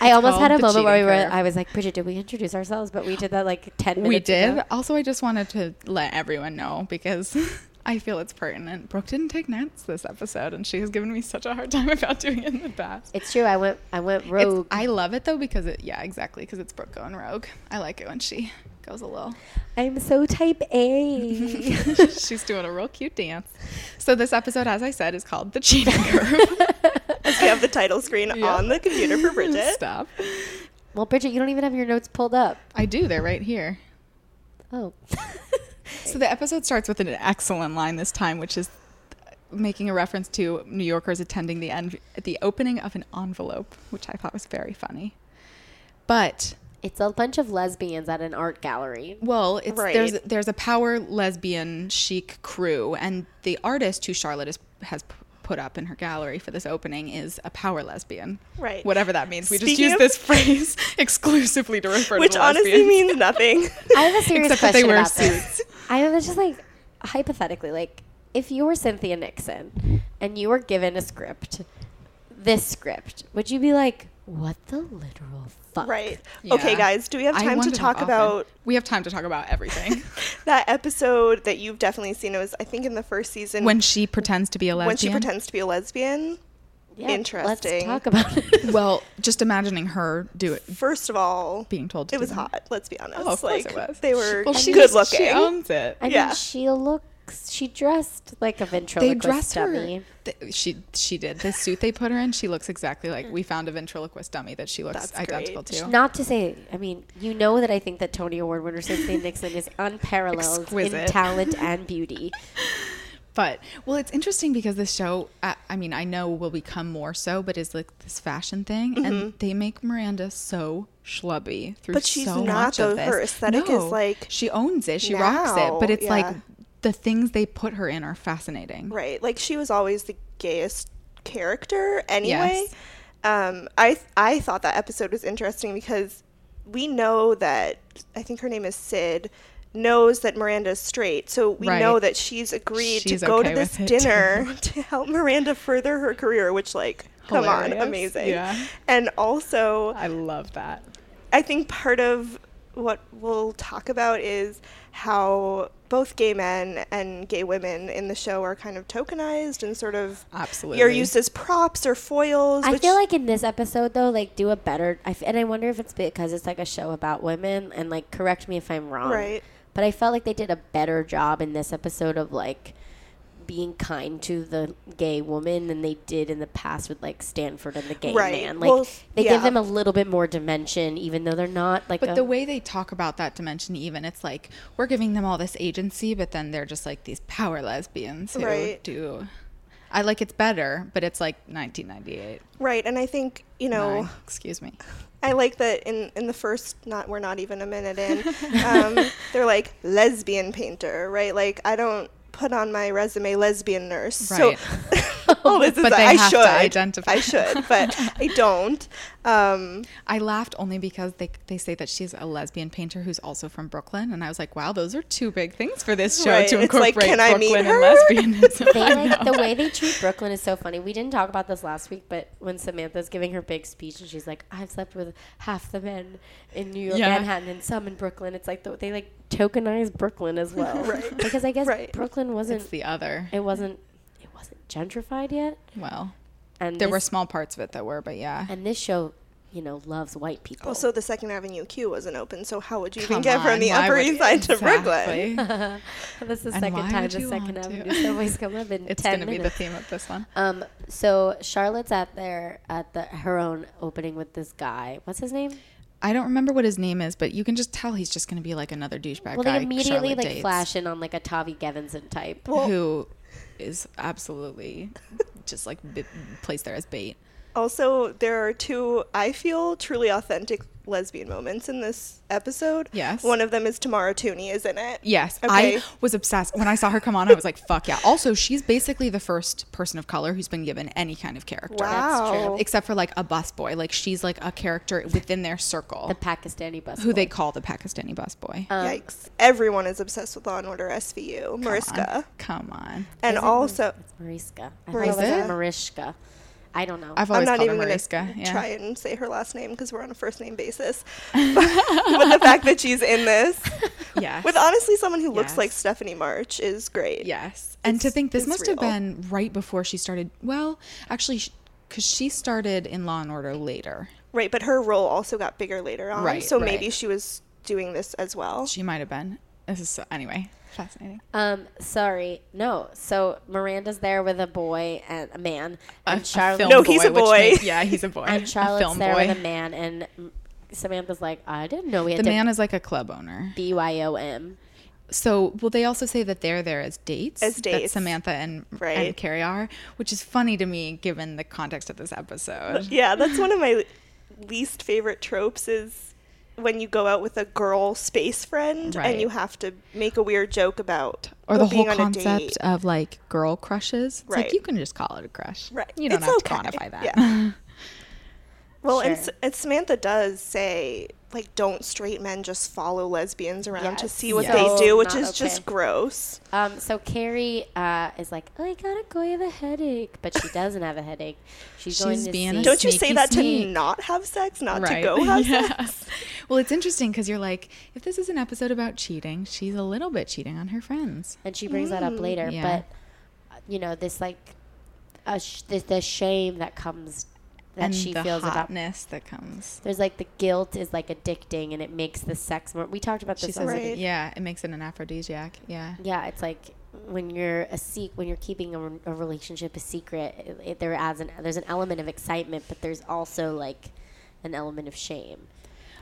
I almost had a called the moment where we cheating were. curve. I was like, Bridget, did we introduce ourselves? But we did that like ten minutes. we did. ago. Also, I just wanted to let everyone know because I feel it's pertinent. Brooke didn't take notes this episode, and she has given me such a hard time about doing it in the past. It's true. I went. I went It's- rogue. I love it though because it, yeah, exactly because it's Brooke going rogue. I like it when she goes a little. I'm so type A. She's doing a real cute dance. So this episode, as I said, is called the cheating curve. As we have the title screen Yeah. on the computer for Bridget. Stop. well, Bridget, you don't even have your notes pulled up. I do. They're right here. Oh, So the episode starts with an excellent line this time, which is making a reference to New Yorkers attending the en- the opening of an envelope, which I thought was very funny. But It's a bunch of lesbians at an art gallery. Well, it's Right. there's there's a power lesbian chic crew, and the artist who Charlotte is, has p- put up in her gallery for this opening is a power lesbian. Right. Whatever that means. We just Speaking use of- this phrase exclusively to refer Which to honestly lesbians. means nothing. I have a serious Except that they question wear about this. I was just like, hypothetically, like if you were Cynthia Nixon and you were given a script, this script, would you be like, what the literal fuck? right. Yeah. Okay, guys, do we have I time to wonder how talk often- about We have time to talk about everything. that episode that you've definitely seen? It was, I think, in the first season when she pretends to be a lesbian. Mm. when she pretends to be a lesbian. Yeah, Let's Interesting. talk about it. Well, just imagining her do it, First of all, being told to it was do that. hot. Let's be honest. Oh, of course like it was. they were Well, she good just- looking. She owns it. I Yeah. mean, she looks, she dressed like a they ventriloquist dress her. dummy. th- she she did the suit they put her in. She looks exactly like we found a ventriloquist dummy that she looks That's great. identical to. Not to say, I mean, you know that I think that Tony Award winner Cynthia Nixon is unparalleled in Exquisite. talent and beauty. But well, it's interesting because this show, I, I mean, I know will become more so, but is like this fashion thing, and they make Miranda so schlubby through Mm-hmm. But she's so not, much of though. this. Her aesthetic is, No, like, she owns it, she rocks it, but now, it's like yeah. the things they put her in are fascinating. Right. Like she was always the gayest character anyway. Yes. Um, I I thought that episode was interesting because we know that I think her name is Sid knows that Miranda's straight. So we Right. know that she's agreed She's to go okay to this with it, too. dinner to help Miranda further her career, which like come Hilarious. on, amazing. Yeah. And also I love that. I think part of what we'll talk about is how both gay men and gay women in the show are kind of tokenized and sort of are Absolutely. used as props or foils. I which- feel like in this episode though, like do a better. I f- and I wonder if it's because it's like a show about women, and like correct me if I'm wrong. Right. But I felt like they did a better job in this episode of like being kind to the gay woman than they did in the past with like Stanford and the gay Right. man. Like Well, they yeah. give them a little bit more dimension, even though they're not like. But a, the way they talk about that dimension, even it's like we're giving them all this agency, but then they're just like these power lesbians who Right. do. I like it's better, but it's like 1998. right, and I think you know Nine, excuse me. I like that in in the first not we're not even a minute in um, they're like lesbian painter right like I don't put on my resume lesbian nurse Right. so oh this is But they I have to should identify. I should but I don't um, I laughed only because they they say that she's a lesbian painter who's also from Brooklyn, and I was like, wow, those are two big things for this show Right. to It's like, incorporate can I meet Brooklyn and her? lesbianism. They I like know. the way they treat Brooklyn is so funny. We didn't talk about this last week, but when Samantha's giving her big speech and she's like, "I've slept with half the men in New York, Yeah. Manhattan, and some in Brooklyn," it's like the, they like tokenize Brooklyn as well, Right. Because I guess Right. Brooklyn it's wasn't the other. it wasn't it wasn't gentrified yet, Well, and there uh, were this, small parts of it that were, but yeah. and this show, you know, loves white people. Also, the Second Avenue Q wasn't open, so how would you Oh. Come even get on, from the why Upper would- East Side to Brooklyn? Exactly. that's the And second why time would the you Second want to? Avenue subway's come up in It's ten going to be minutes. the theme of this one. um, so Charlotte's at their at the her own opening with this guy. What's his name? I don't remember what his name is, but you can just tell he's just going to be like another douchebag Well, guy. they immediately Charlotte like dates, flash in on like a Tavi Gevinson type. Well- who is absolutely just like b- placed there as bait. Also, there are two, I feel, truly authentic lesbian moments in this episode. Yes. One of them is Tamara Tooney is in it. Yes, Okay. I was obsessed when I saw her come on. I was like, "Fuck yeah!" Also, she's basically the first person of color who's been given any kind of character, Wow. except for like a busboy. Like she's like a character within their circle, The Pakistani bus. Um, who they call the Pakistani Uh, busboy. Yikes. Everyone is obsessed with Law and Order SVU, Mariska. Come on, And also, Mariska. I Mariska? thought it was Marishka. I don't know. I've I'm always not called her even going Mariska. to Yeah. try and say her last name because we're on a first name basis. but the fact that she's in this, Yes. with honestly someone who looks Yes. like Stephanie March, is great. Yes. And to It's- think this it's must have real. been right before she started. Well, actually, because she started in Law and Order later. Right, but her role also got bigger later on. Right, so right. maybe she was doing this as well. She might have been. This is, so, anyway, fascinating. um, sorry, no. So Miranda's there with a boy and a man, and A- a Charlotte. film No, he's a which boy. makes- yeah, he's a boy. and a Charlotte's film there boy. with a man, and mm, Samantha's like, I didn't know we had the to man is like a club owner. BYOM. So, well, they also say that they're there as dates. As That dates. Samantha and, and Right. Carrie are, which is funny to me given the context of this episode. yeah, that's one of my le- least favorite tropes is when you go out with a girl space friend Right. and you have to make a weird joke about or the being whole on a date. concept Uh, of like girl crushes. It's like Right. you can just call it a crush. Right. You don't It's have okay. to quantify that. Well, and, Sure. S- and Samantha does say like don't straight men just follow lesbians around to Yes. see what Yes. they do, which Not is okay. just gross. Um, so Carrie uh, is like, oh, I gotta go. I have a headache, but she doesn't have a headache. She's, going She's to being see. a Don't you sneaky say that sneak. to not have sex, not to go have sex? well, it's interesting because you're like, if this is an episode about cheating, she's a little bit cheating on her friends. and she brings that up later. Mm, Yeah. But uh, you know, this like, uh, sh- the, the shame that comes that and she the feels about. hotness that comes. There's like the guilt is like addicting, and it makes the sex more. We talked about She this. says, already. it- Right. yeah, it makes it an aphrodisiac. Yeah. Yeah, it's like when you're a seek when you're keeping a, re- a relationship a secret, it, it, there adds an there's an element of excitement, but there's also like an element of shame.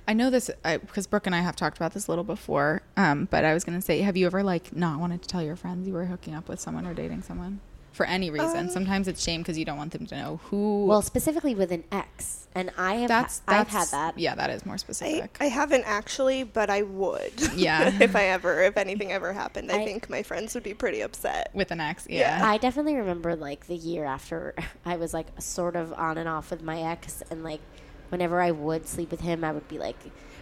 I know this because Brooke and I have talked about this a little before, um, but I was going to say, have you ever like not wanted to tell your friends you were hooking up with someone or dating someone? For any Um, reason, sometimes it's shame because you don't want them to know who. Well, specifically with an ex, and I have that's, ha- I've that's had that. Yeah, that is more I, specific. I haven't actually, but I would. Yeah. if I ever, if anything ever happened, I, I- think my friends would be pretty upset. with an ex, Yeah. yeah. I definitely remember like the year after I was like sort of on and off with my ex, and like whenever I would sleep with him, I would be like,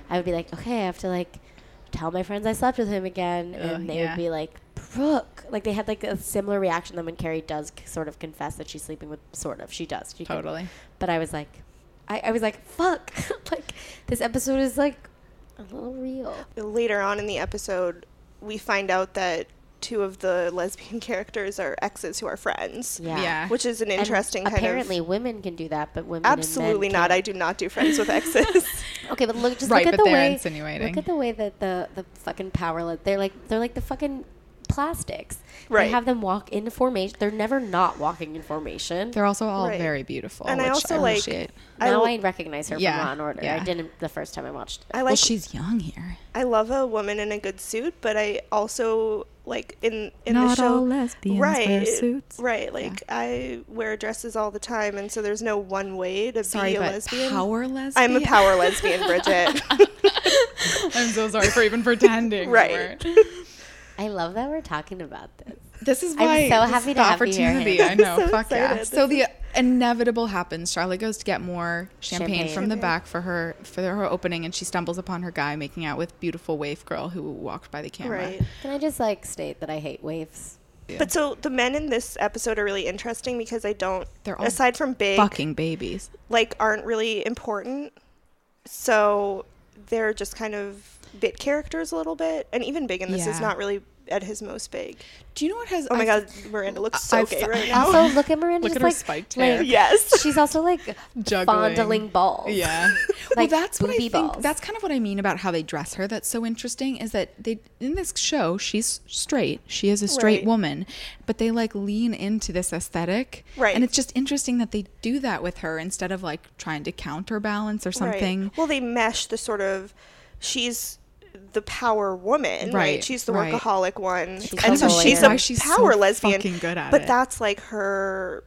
I would be like, okay, I have to like tell my friends I slept with him again, Ugh, and they yeah. would be like, Brooke, like they had like a similar reaction than when Carrie does c- sort of confess that she's sleeping with, sort of, she does, she did. totally. but I was like, I, I was like, fuck, like this episode is like a little real. Later on in the episode, we find out that two of the lesbian characters are exes who are friends, Yeah. which is an And interesting kind apparently of. women can do that, but women and men Absolutely not. I can't. do not do friends with exes. Okay, but look, just Right, look at but the they're way. insinuating. Look at the way that the the fucking power. li- They're like they're like the fucking plastics. They Right. have them walk into formation. They're never not walking in formation. They're also all Right. very beautiful, And I which I, also, like, appreciate. I now l- I recognize her Yeah, from Law and Order. yeah. I didn't the first time I watched it. I like. well, she's young here. I love a woman in a good suit, but I also like in in Not the show. all lesbians wear suits. Right, like I wear dresses all the time, and so there's no one way to Sorry, be a but lesbian. power lesbian. I'm a power lesbian, Bridget. I'm so sorry for even pretending. we weren't. Right. I love that we're talking about this. This is I'm why so this happy is to the have you here, opportunity. Hannah. I know. so fuck yeah. excited. So the inevitable happens. Charlotte goes to get more champagne, Champagne. from the back for her for her opening, and she stumbles upon her guy making out with beautiful waif girl who walked by the camera. right. Can I just like state that I hate waves? But so the men in this episode are really interesting because I don't They're all aside from big Fucking babies. like aren't really important. So they're just kind of bit characters a little bit, and even big in this Yeah. is not really at his most big. Do you know what has? Oh my I- god, Miranda looks so I've- gay right now. Also, look at Miranda. Look just, at her like, spiked hair. like, yes. She's also like Juggling. fondling balls. Yeah. Like well, that's what I booby think. balls. That's kind of what I mean about how they dress her. That's so interesting is that they in this show she's straight. She is a straight Right. woman, but they like lean into this aesthetic. Right. And it's just interesting that they do that with her instead of like trying to counterbalance or something. Well, they mesh the sort of she's the power woman, right? Right, She's the right. workaholic one, She's and so a she's lawyer. a Why she's so power lesbian. fucking good at but it. that's like her.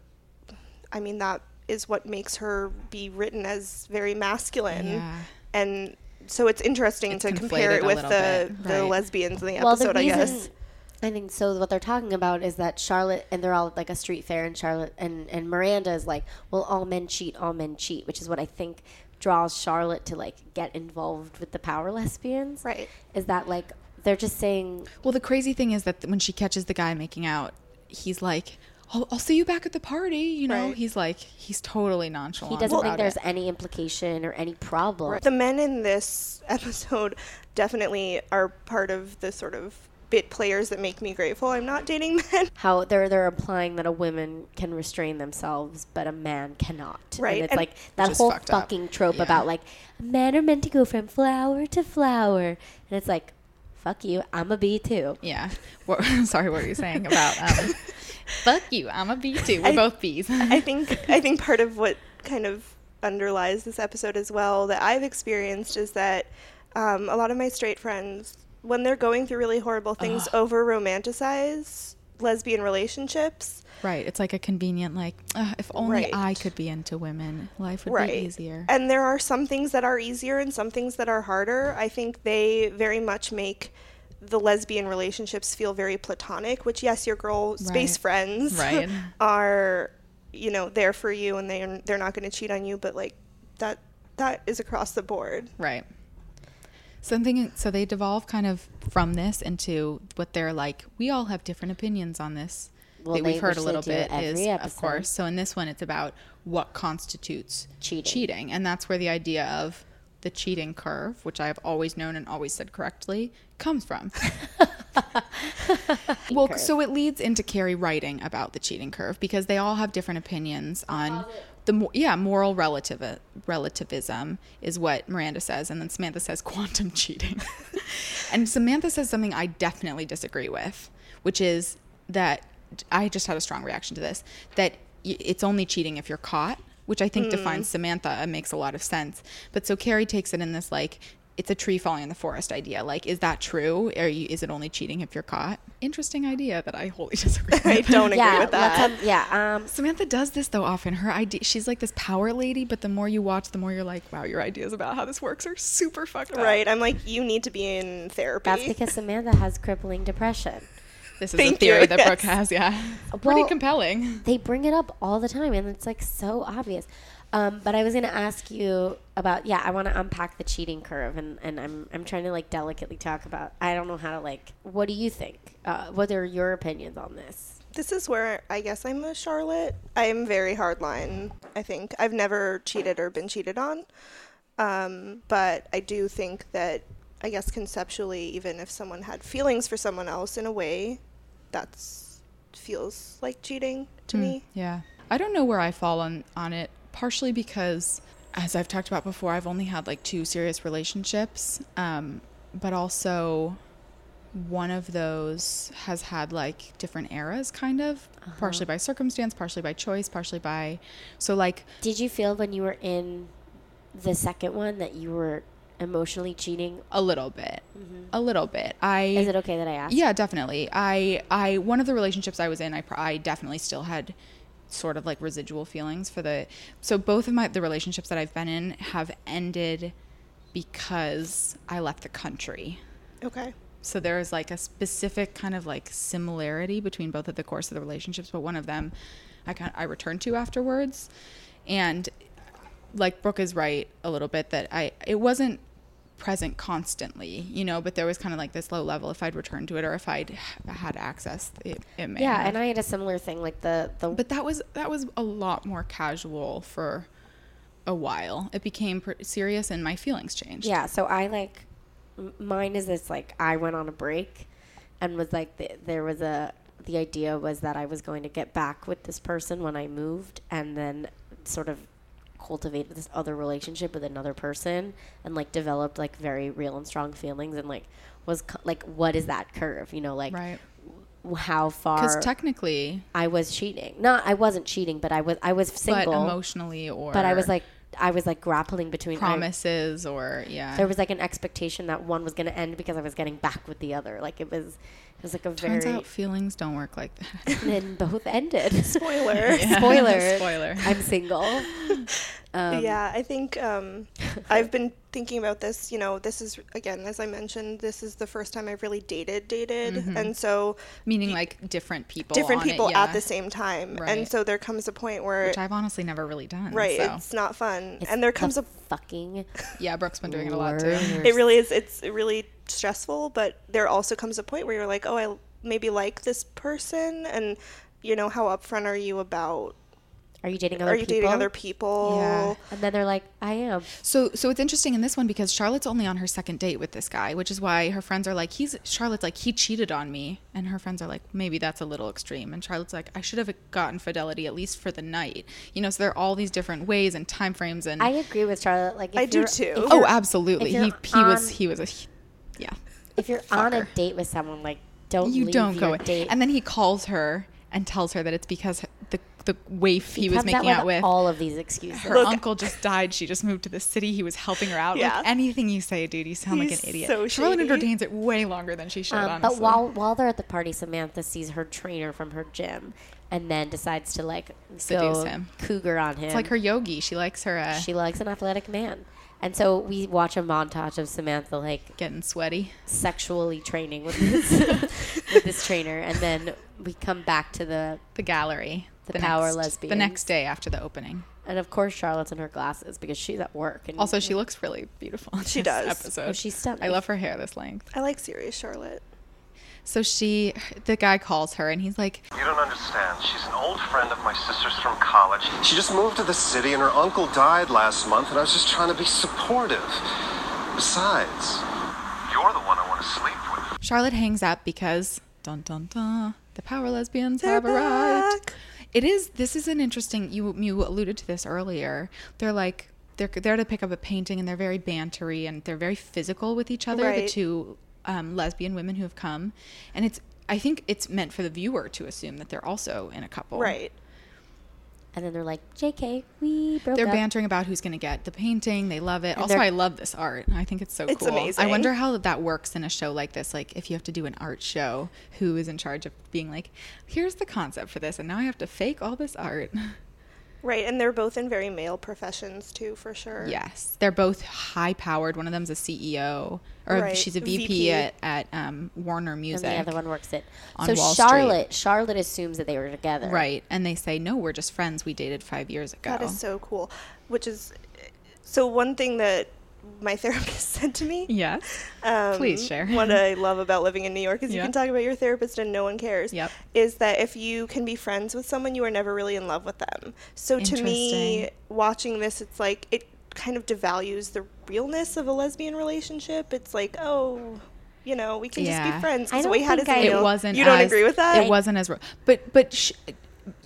I mean, that is what makes her be written as very masculine, Yeah. and so it's interesting It's to compare conflated it a with little the bit, the right. lesbians in the well, episode. the reason, I guess I think so. What they're talking about is that Charlotte and they're all at, like a street fair, and Charlotte and and Miranda is like, "Well, all men cheat, all men cheat," which is what I think draws Charlotte to like get involved with the power lesbians. Right. Is that like they're just saying Well, the crazy thing is that when she catches the guy making out, he's like, "I'll, I'll see you back at the party." You know, Right. he's like, he's totally nonchalant. he doesn't about think there's it. any implication or any problem. the men in this episode definitely are part of the sort of bit players that make me grateful. I'm not dating men. How they're they're implying that a woman can restrain themselves, but a man cannot. Right, And it's and- like that is whole fucked up. fucking trope Yeah. about like men are meant to go from flower to flower, and it's like, fuck you, I'm a bee too. Yeah. What, sorry, what were you saying about? Um, fuck you. I'm a bee too. We're I- both bees. I think I think part of what kind of underlies this episode as well that I've experienced is that um, a lot of my straight friends, when they're going through really horrible things, over romanticize lesbian relationships. Right. It's like a convenient, like, "Ugh, if only Right. I could be into women, life would right. be easier. And there are some things that are easier and some things that are harder. I think they very much make the lesbian relationships feel very platonic, which yes, your girl space Right. friends Right. are, you know, there for you and they are, they're not going to cheat on you, but like that that is across the board. Right. Something so they devolve kind of from this into what they're like. We all have different opinions on this Well, that they- we've heard which a they little do bit. every Is of episode. course. So in this one, it's about what constitutes Cheating. cheating, and that's where the idea of the cheating curve, which I've always known and always said correctly, comes from. well, so it leads into Carrie writing about the cheating curve because they all have different opinions on the mo- yeah moral relative relativism is what Miranda says, and then Samantha says quantum cheating, and Samantha says something I definitely disagree with, which is that I just had a strong reaction to this that y- it's only cheating if you're caught, which I Hmm. think defines Samantha and makes a lot of sense. But so Carrie takes it in this like it's a tree falling in the forest idea. Like, is that true? Or you, is it only cheating if you're caught? Interesting idea that I wholly disagree I with. don't agree yeah, with that. let's, um, yeah. Um, Samantha does this though often. Her idea, she's like this power lady, but the more you watch, the more you're like, wow, your ideas about how this works are super fucked up. Right. I'm like, you need to be in therapy. that's because Samantha has crippling depression. This is Thank a theory you, that yes. Uh, Brooke has. Yeah, pretty Well- compelling. They bring it up all the time, and it's like so obvious. Um, but I was gonna ask you about yeah. I want to unpack the cheating curve, and, and I'm I'm trying to like delicately talk about. I don't know how to like. What do you think? Uh, what are your opinions on this? This is where I guess I'm a Charlotte. I am very hardline, I think. I've never cheated or been cheated on. Um, but I do think that, I guess conceptually, even if someone had feelings for someone else in a way, that's feels like cheating to me. Yeah. I don't know where I fall on, on it, partially because, as I've talked about before, I've only had like two serious relationships, um, but also one of those has had like different eras, kind of, Uh-huh. partially by circumstance, partially by choice, partially by. So, like, Did you feel when you were in the second one that you were emotionally cheating? a little bit. A little bit. I. Mm-hmm. Is it okay that I asked? Yeah, definitely. I I one of the relationships I was in, I pr- I definitely still had sort of like residual feelings for the so both of my the relationships that I've been in have ended because I left the country. Okay. So there is like a specific kind of like similarity between both of the course of the relationships, but one of them I kind I returned to afterwards, and like Brooke is right a little bit that I it wasn't present constantly, you know, but there was kind of like this low level. If I'd returned to it or if I'd h- had access, it, it may. Yeah, have. and I had a similar thing. Like the the but that was that was a lot more casual for a while. It became pr- serious, and my feelings changed. yeah. So I like m- mine is this like I went on a break, and was like th there was a the idea was that I was going to get back with this person when I moved, and then sort of cultivated this other relationship with another person, and like developed like very real and strong feelings, and like was co- like what is that curve? You know, like Right. w- how Because far technically, I was cheating. Not I wasn't cheating, but I was I was single. but emotionally, or but I was like I was like grappling between I- promises or yeah there was like an expectation that one was going to end because I was getting back with the other. Like it was, it was like a turns very. out feelings don't work like that and then both ended. Spoiler. Yeah. Spoiler. Spoiler. I'm single. Um, yeah, I think um, I've been thinking about this. You know, this is again, as I mentioned, this is the first time I've really dated, dated, and so meaning like different people different on it, people yeah, at the same time, Right. and so there comes a point where which i've honestly never really done right so it's not fun it's and there the comes a fucking. yeah brooke's been doing it a lot too worst. it really is it's really stressful but there also comes a point where you're like oh i maybe like this person and you know how upfront are you about Are you dating other are you people? dating other people Yeah. And then they're like, I am. so so it's interesting in this one because charlotte's only on her second date with this guy which is why her friends are like he's charlotte's like he cheated on me and her friends are like maybe that's a little extreme and charlotte's like i should have gotten fidelity at least for the night you know so there are all these different ways and time frames and I agree with Charlotte. Like if I do you're- too. if Oh, oh you're- absolutely if he, you're he was um, on- he was a yeah If you're on a Fucker. date with someone, like don't you leave don't your go in. date. And then he calls her and tells her that it's because the the waif he, You was come making that out with. all of these excuses. her uncle just died. She just moved to the city. He was helping her out. Yeah. Like anything you say, dude, you sound like He's an idiot. so she really shady. entertains it way longer than she should. Um, honestly, but while while they're at the party, Samantha sees her trainer from her gym, and then decides to like Seduce go him. cougar on him. it's like her yogi. She likes her uh, She likes an athletic man, and so we watch a montage of Samantha like getting sweaty. sexually training with this with this trainer, and then we come back to the The gallery. The power next, The lesbians. next day after the opening. and of course Charlotte's in her glasses because she's at work and Also, she looks really beautiful. In She this does. Episode. Oh, she's stunning. I love her hair this length. I like serious Charlotte. So she, the guy calls her and he's like, You don't understand. She's an old friend of my sister's from college. She just moved to the city and her uncle died last month, and I was just trying to be supportive. Besides, you're the one I want to sleep with. Charlotte hangs up because dun dun dun. The power lesbians have They're arrived. back. It is. This is an interesting. You you alluded to this earlier. They're like they're there to pick up a painting, and they're very bantery and they're very physical with each other. The Right. two um, lesbian women who have come, and it's. I think it's meant for the viewer to assume that they're also in a couple. Right. and then they're like, "Jk, we broke They're up." bantering about who's going to get the painting. They love it. Also, they're- I love this art. I think it's so It's cool. I amazing. wonder how that works in a show like this. Like, if you have to do an art show, who is in charge of being like, here's the concept for this, and now I have to fake all this art? Right. And they're both in very male professions too, for sure. yes. They're both high powered. One of them's a CEO, or Right, she's a VP, VP. at, at um, Warner and Music. the other one works it. on so Wall Street. Charlotte, Charlotte assumes that they were together. Right. And they say, no, we're just friends. We dated five years ago. That is so cool. Which is so one thing that my therapist said to me. yes. Um, Please share. what I love about living in New York is Yeah. you can talk about your therapist and no one cares. Yep. Is that if you can be friends with someone, you are never really in love with them. So to me, Interesting. watching this, it's like it kind of devalues the realness of a lesbian relationship. It's like, oh, you know, we can just Yeah. be friends. I 'Cause don't wait, how think does I- it It feel? it wasn't. You don't as- agree with that? It wasn't as. ro- But but sh-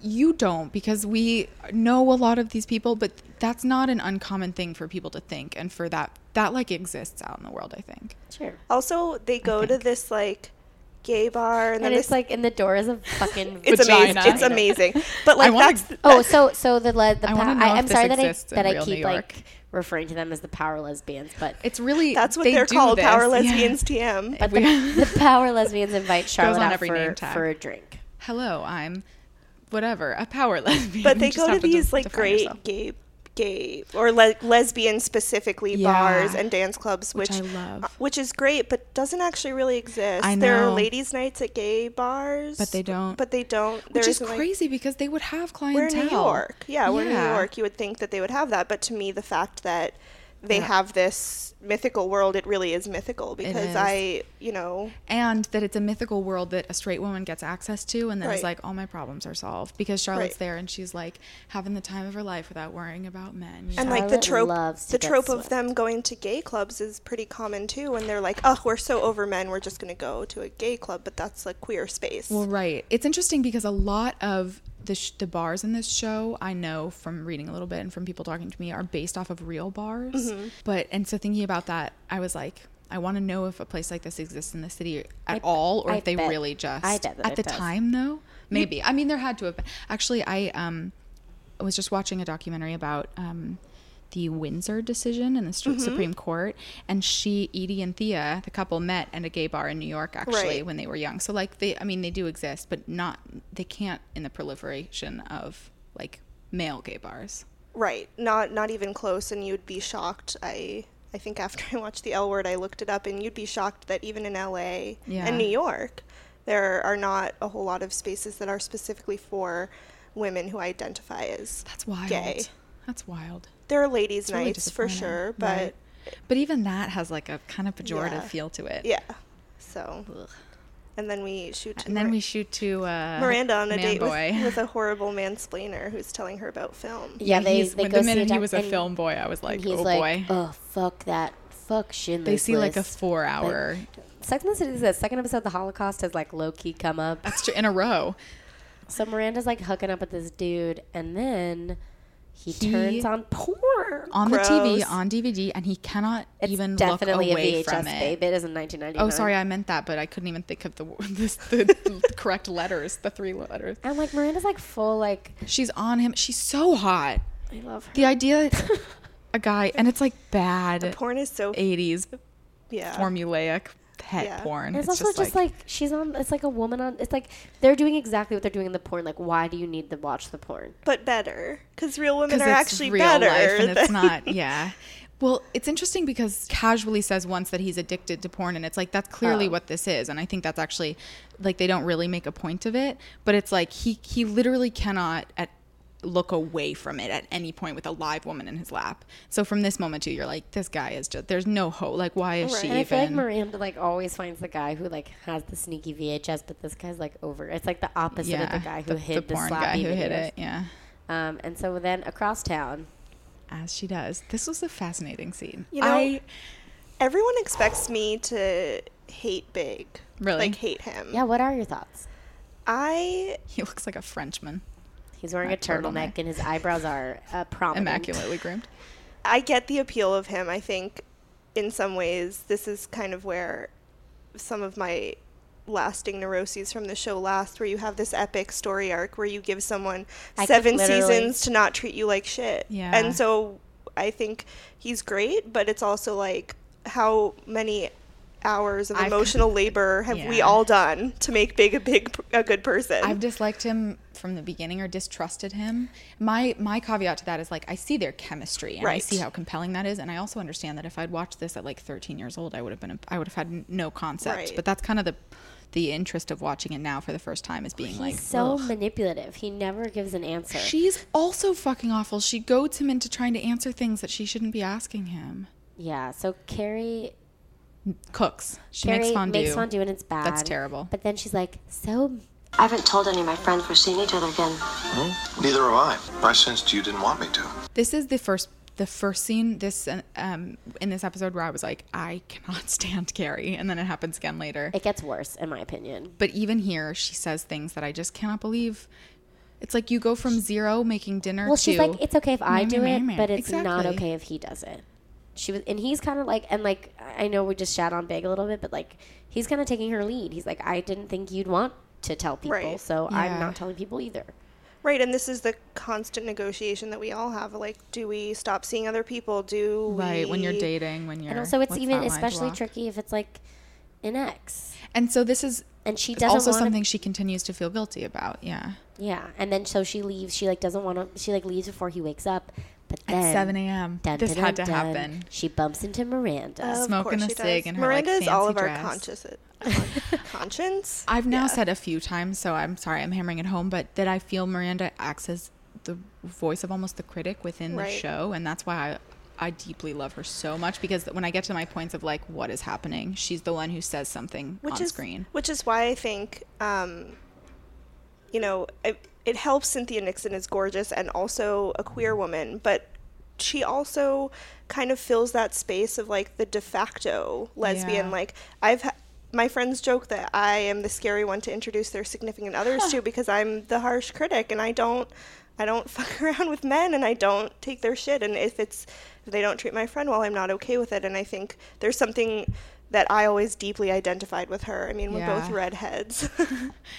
you don't because we know a lot of these people. But that's not an uncommon thing for people to think, and for that that like exists out in the world. I think. Sure. Also, they go to think. this like gay bar, and, And, then it's this- like, and the door is a fucking. it's amazing. vagina. It's amazing. But like wanna- that's Oh, so so the le- the I I wanna know I, if I'm this sorry that I exists in that I real New keep York. like referring to them as the power lesbians, but It's really that's what they are do called, this, power yeah. lesbians TM. but We- the, the power lesbians invite Charlotte on out every for, name tag. for a drink. Hello, I'm whatever a power lesbian. but they You just go to have de- these like define great yourself. gay gay or le- lesbian specifically Yeah. bars and dance clubs Which which, I love. uh, which is great but doesn't actually really exist I there are know. ladies nights at gay bars But they don't- but they don't Which There is isn't, like- crazy because they would have we're clientele. in new york yeah, we're in new Yeah. york you would think that they would have that but to me the fact that they have this mythical world it really is mythical because is. i you know and that it's a mythical world that a straight woman gets access to and then is Right. like all my problems are solved because charlotte's Right. there and she's like having the time of her life without worrying about men you and know? like the Charlotte trope loves to the get trope of swept. them going to gay clubs is pretty common too and they're like oh we're so over men we're just going to go to a gay club but that's a queer space well right it's interesting because a lot of the, sh- the bars in this show i know from reading a little bit and from people talking to me are based off of real bars Mm-hmm. but and so thinking about that i was like I want to know if a place like this exists in the city at I- all, or I if they bet- really just I bet that at it the does. time though. Maybe I mean there had to have been. Actually, I um I was just watching a documentary about um, the Windsor decision in the stru- Mm-hmm. Supreme Court, and she, Edie, and Thea, the couple, met at a gay bar in New York actually Right. when they were young. So like they, I mean, they do exist, but not they can't in the proliferation of like male gay bars. right not not even close and you'd be shocked i i think after i watched the l word i looked it up and you'd be shocked that even in la Yeah. and new york there are not a whole lot of spaces that are specifically for women who identify as That's wild. Gay. That's wild. there are ladies It's really nights for disappointing, sure but right? but even that has like a kind of pejorative Yeah. feel to it. yeah so and then we shoot to And then Mar- we shoot to uh, Miranda on a Man date Boy. with, with a horrible mansplainer who's telling her about film. Yeah, they, he's- they when go the see a minute he doc- was a and- film boy, I was and like, he's oh like, boy. oh fuck that, fuck Schindler's they see like a List." four-hour Sex and the City is the second episode. of The Holocaust has like low key come up. extra in a row. So Miranda's like hooking up with this dude, and then He, He- turns on porn. on the TV Gross. on DVD, and he cannot It's even definitely look away a VHS from it. babe. It is in 1999. Oh, sorry, I meant that, but I couldn't even think of the this, the correct letters, the three letters. I'm like Miranda's like full like She's on him. She's so hot. I love her. The idea that a guy, and it's like bad Porn is so 80s yeah. formulaic pet Yeah. porn. And it's, It's, also just, like, she's on. It's like a woman on. It's like they're doing exactly what they're doing in the porn. Like, why do you need to watch the porn? but better because real women because are it's actually real better. life and it's than- not yeah well it's interesting because casually says once that he's addicted to porn and it's like that's clearly Oh. what this is and i think that's actually like they don't really make a point of it but it's like he he literally cannot at look away from it at any point with a live woman in his lap so from this moment too you're like this guy is just there's no hope like why is she Right. And I feel like even Miranda like always finds the guy who like has the sneaky VHS, but this guy's like over. It's like the opposite of the guy who hid the, porn slappy guy who hid videos. it yeah Um, and so then across town, as she does this was a fascinating scene You know- i Everyone expects me to hate Big. Really? Like hate him. yeah. What are your thoughts? I he looks like a frenchman He's wearing a That turtleneck, turtleneck. and his eyebrows are uh, prominent. immaculately groomed I get the appeal of him. I think in some ways this is kind of where some of my lasting neuroses from the show last where you have this epic story arc where you give someone I could seven literally- seasons to not treat you like shit. Yeah. And so I think he's great, but it's also like how many hours of I've- emotional labor have we Yeah. all done to make Big a big a good person? I've disliked him from the beginning or distrusted him. My my caveat to that is like I see their chemistry and I Right. see how compelling that is, and I also understand that if I'd watched this at like 13 years old, I would have been a, I would have had n- no concept. Right. But that's kind of the the interest of watching it now for the first time is being like He's so "Ugh." manipulative. He never gives an answer. She's also fucking awful. She goads him into trying to answer things that she shouldn't be asking him. yeah. So Carrie Cooks. She Carrie makes fondue. and it's bad. That's terrible. But then she's like, so I haven't told any of my friends we're seeing each other again. Neither have I. I sensed you didn't want me to. This is the first the first scene this uh, um in this episode where I was like I cannot stand Carrie, and then it happens again later. it gets worse, in my opinion. But even here, she says things that I just cannot believe. It's like you go from zero making dinner Well, to. she's like, it's okay if I meh, do meh, it, meh, meh." but it's not Exactly. okay if he does it. She was, and he's kind of like, and like, I know we just shat on Big a little bit, but like, he's kind of taking her lead. He's like, I didn't think you'd want to tell people, Right. so Yeah. I'm not telling people either. Right, and this is the constant negotiation that we all have. Like, do we stop seeing other people? Do Right, when you're we- dating, when you're. And also, it's what's even that line to especially walk? tricky if it's like an ex, And so this is and she doesn't also wanna- something she continues to feel guilty about. Yeah. Yeah, and then so she leaves. She like doesn't want to. She like leaves before he wakes up. But then 7 a.m.. dun, This dun, had dun, to dun, happen. She bumps into Miranda. Of Smoking course a she cig in her, like, Miranda is all fancy of our dress. conscious uh, conscience. I've now said a few times, so I'm sorry I'm hammering it home, but that I feel Miranda acts as the voice of almost the critic within the Right. show, and that's why I I deeply love her so much because when I get to my points of like what is happening, she's the one who says something which on is screen. which is why I think, um, you know, it, it helps Cynthia Nixon is gorgeous and also a queer woman, but she also kind of fills that space of like the de facto lesbian. Yeah. Like I've ha- my friends joke that I am the scary one to introduce their significant others to because I'm the harsh critic and I don't. I don't fuck around with men and I don't take their shit and if it's if they don't treat my friend well I'm not okay with it and I think there's something that I always deeply identified with her. I mean, we're both Yeah. redheads.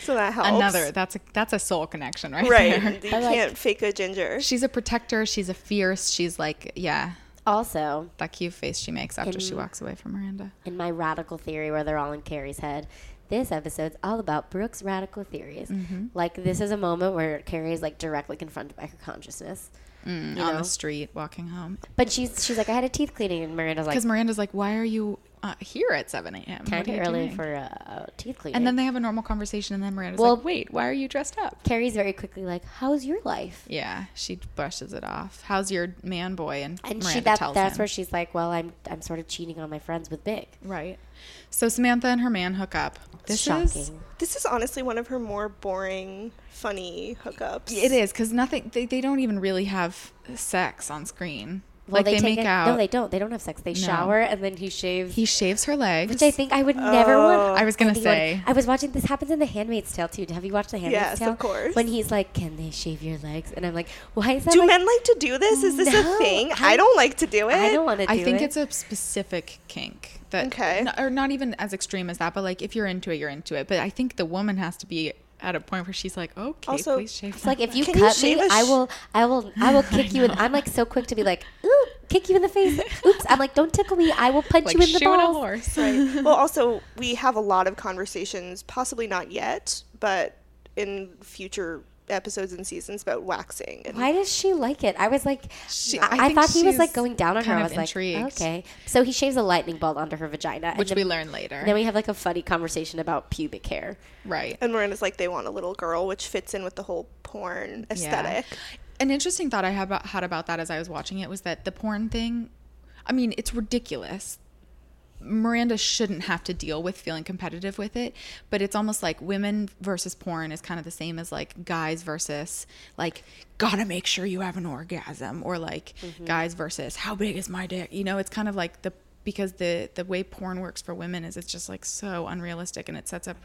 so that helps. Another that's a that's a soul connection right, Right. there. You I like- can't fake a ginger. She's a protector. She's a fierce. She's like, yeah, also, that cute face she makes after she walks away from Miranda. in my radical theory, where they're all in Carrie's head, this episode's all about Brooke's radical theories. Mm-hmm. Like this is a moment where Carrie is like directly confronted by her consciousness. you On know? the street, walking home. But she's she's like, I had a teeth cleaning, and Miranda's like, Because Miranda's like, why are you uh, here at 7 a.m.? kind What are of you early doing?" for a, a teeth cleaning. And then they have a normal conversation, and then Miranda's Well- like, wait, why are you dressed up? Carrie's very quickly like, How's your life? Yeah, she brushes it off. How's your man boy? And, And Miranda she that, tells that's him. where she's like, Well, I'm I'm sort of cheating on my friends with Big. right. So Samantha and her man hook up. This is Shocking. This is honestly one of her more boring, funny hookups. it is because nothing. They, they don't even really have sex on screen. Like, they take make it- No, out. they don't. They don't have sex. They shower and then he shaves. He shaves her legs. which I think I would never Oh. want. I was gonna think you would- say. I was watching this happens in The Handmaid's Tale too. Have you watched The Handmaid's Yes, of Tale? course. When he's like, "Can they shave your legs?" and I'm like, "Why is that?" Do like, men like to do this? Is this No, a thing? I- I, don't like to do it. I don't want to. I do think it. it's a specific kink that, Okay. n- or not even as extreme as that, but like if you're into it, you're into it. But I think the woman has to be at a point where she's like, okay, Also, please shave. It's like if you Can you cut shave me, a I sh- will, I will, I will kick you. In, I'm like so quick to be like, ooh, kick you in the face. Oops, I'm like, don't tickle me. I will punch like you in the shoeing a balls. horse. Right. well, also, we have a lot of conversations, possibly not yet, but in future episodes and seasons about waxing. And Why does she like it? I was like, She- I, I I think thought he was like she's going down on her. kind I of was like, intrigued. okay. So he shaves a lightning bolt onto her vagina, and Which then- we learn later. Then we have like a funny conversation about pubic hair. right. And Miranda's like, they want a little girl, which fits in with the whole porn aesthetic. An interesting thought I had about, had about that as I was watching it was that the porn thing, I mean, it's ridiculous. Miranda shouldn't have to deal with feeling competitive with it, but it's almost like women versus porn is kind of the same as like guys versus like gotta make sure you have an orgasm or like guys versus how big is my dick? You know, it's kind of like the because the the way porn works for women is it's just like so unrealistic and it sets up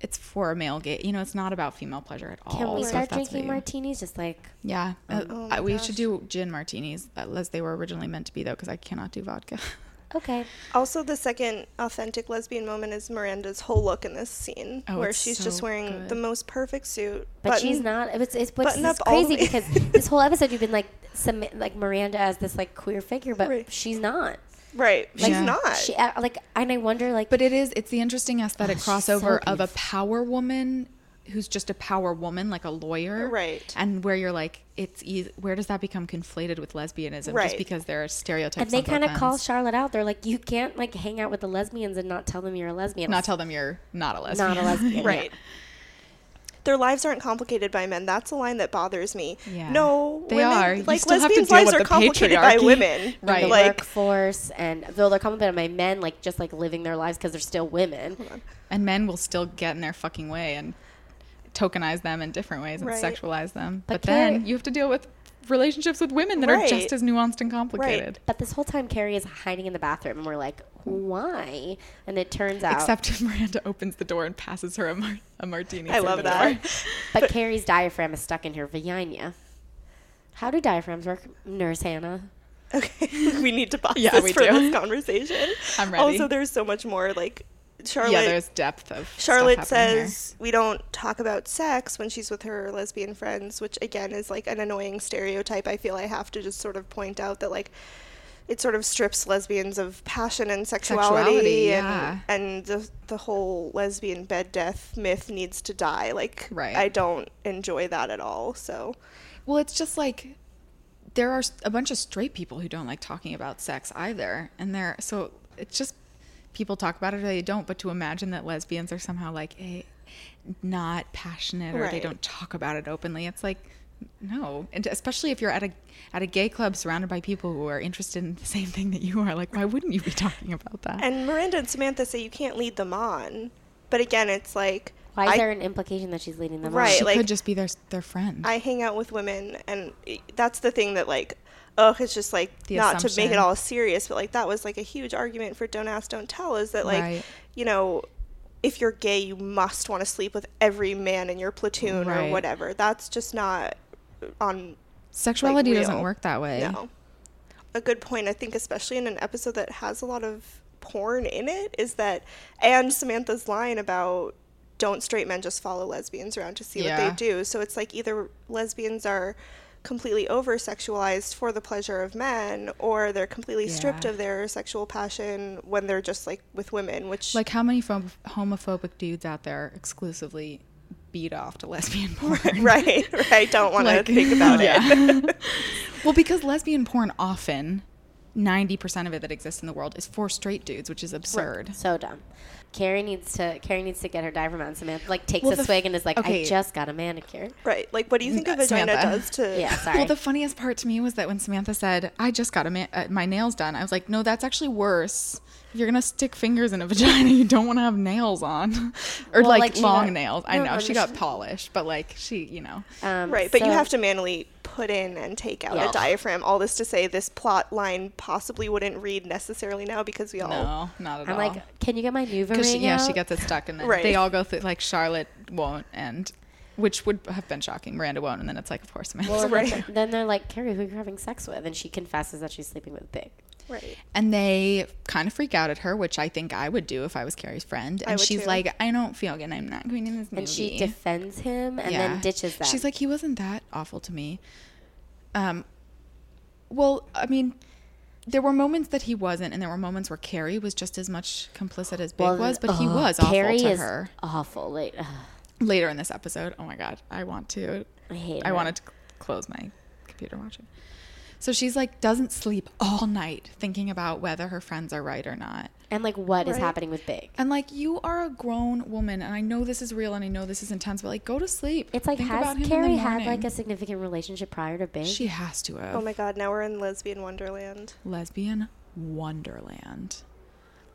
it's for a male gate. You know, it's not about female pleasure at all. Can we So if start that's what drinking you- martinis? Just like yeah, uh, I- we should do gin martinis uh, as they were originally meant to be, though, because I cannot do vodka. okay. Also, the second authentic lesbian moment is Miranda's whole look in this scene, Oh, where it's she's so just wearing good. the most perfect suit. But she's button- not. It's it's what's button it's up all crazy the- because this whole episode you've been like some like Miranda as this like queer figure, but Right. she's not. Right. She's Yeah. not. She uh, like and I wonder like but it is, it's the interesting aesthetic she's so crossover of a power woman who's just a power woman, like a lawyer. Right. And where you're like, it's easy, where does that become conflated with lesbianism? Right. Just because there are stereotypes. and they on both kind of call ends. Charlotte out. They're like, you can't like hang out with the lesbians and not tell them you're a lesbian. Not tell them you're not a lesbian. not a lesbian. Right. Their lives aren't complicated by men. That's a line that bothers me. Yeah. No, They women, are. You Like still have to lesbians' deal lives with are the complicated by patriarchy. women. Right. The Like workforce and though they're complicated by men, like just like living their lives because they're still women. And men will still get in their fucking way and tokenize them in different ways and Right. sexualize them. But But, then Carrie- you have to deal with relationships with women that are Right. just as nuanced and complicated. But this whole time, Carrie is hiding in the bathroom, and we're like, why? And it turns out, Except if Miranda opens the door and passes her a, mar- a martini. I through love the that. door. but, Carrie's diaphragm is stuck in her vagina. How do diaphragms work, Nurse Hannah? okay, we need to pause Yeah, this we for do. this conversation. I'm ready. Also, there's so much more. Like Charlotte. Yeah, there's depth of. stuff Charlotte happening here. says we don't talk about sex when she's with her lesbian friends, which again is like an annoying stereotype. I feel I have to just sort of point out that like it sort of strips lesbians of passion and sexuality, Sexuality, and yeah. and the the whole lesbian bed death myth needs to die. Like Right. I don't enjoy that at all. So Well, it's just like there are s- a bunch of straight people who don't like talking about sex either, and they're so it's just people talk about it or they don't. But to imagine that lesbians are somehow like a not passionate or they Right. don't talk about it openly, it's like no, and especially if you're at a at a gay club surrounded by people who are interested in the same thing that you are, like why wouldn't you be talking about that? and Miranda and Samantha say you can't lead them on, but again it's like Why is I- there an implication that she's leading them Right. she like- could just be their their friend. I hang out with women, and it- that's the thing that like, oh, it's just like The not to make assumption. it all serious, but like that was like a huge argument for don't ask, don't tell is that like, Right. you know, if you're gay, you must want to sleep with every man in your platoon Right. or whatever. That's just not on Sexuality like, doesn't real. work that way. no. A good point, I think, especially in an episode that has a lot of porn in it, is that, and Samantha's line about don't straight men just follow lesbians around to see Yeah. what they do. So it's like either lesbians are completely over sexualized for the pleasure of men, or they're completely stripped Yeah. of their sexual passion when they're just like with women, which Like how many pho- homophobic dudes out there exclusively beat off to lesbian porn? right, right, don't want Like- to think about it. Yeah. well, because lesbian porn often, 90% of it that exists in the world is for straight dudes, which is absurd. So dumb. Carrie needs to. Carrie needs to get her diaper out. Samantha like takes Well, a the f- swig and is like, okay. "I just got a manicure." Right. Like, what do you think a vagina Samantha. does to. Yeah, sorry. Well, the funniest part to me was that when Samantha said, I just got a ma- uh, my nails done, I was like, no, that's actually worse. If you're going to stick fingers in a vagina, you don't want to have nails on. or Well, like, like, she long got- nails. I no, know. no, she no, got she- polished, but like she, you know. Um, Right, but you so- have to manually put in and take out Yeah. a diaphragm. All this to say, this plot line possibly wouldn't read necessarily now because we all. No, not at Oh. I'm all. like, can you get my Nuva ring Because she, yeah, she out?" gets it stuck, and then Right. they all go through. Like Charlotte won't, and which would have been shocking. Miranda won't, and then it's like, of course, Miranda. Well, Right. then, then they're like, Carrie, who you're having sex with? And she confesses that she's sleeping with Big. Right. and they kind of freak out at her, which I think I would do if I was Carrie's friend. And would she's too. like, I don't feel good. I'm not going in this movie. And she defends him and then ditches that. She's like, he wasn't that awful to me. Um, well, I mean, there were moments that he wasn't, and there were moments where Carrie was just as much complicit as Big was, but he was awful uh-huh. Carrie to is her. awful. Like, ugh, Later in this episode, oh my god, I want to, I hate I her. wanted to c- close my computer watching. So she's like, doesn't sleep all night thinking about whether her friends are right or not. And like, what is Right. happening with Big? And like, you are a grown woman, and I know this is real, and I know this is intense, but like, go to sleep. It's like, Think has about him in the Carrie had morning. like a significant relationship prior to Big? She has to have. Oh my God. Now we're in lesbian wonderland. lesbian wonderland.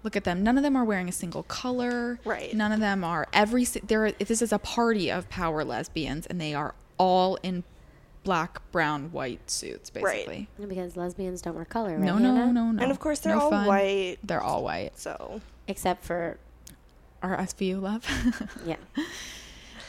Look at them. None of them are wearing a single color. Right. None of them are every. si- There. This is a party of power lesbians, and they are all in black, brown, white suits, Right. basically. because lesbians don't wear color, right? No, no, Hannah? no, no. And of course, they're No all fun. white. They're all white. So Except for, Our SVU love. yeah.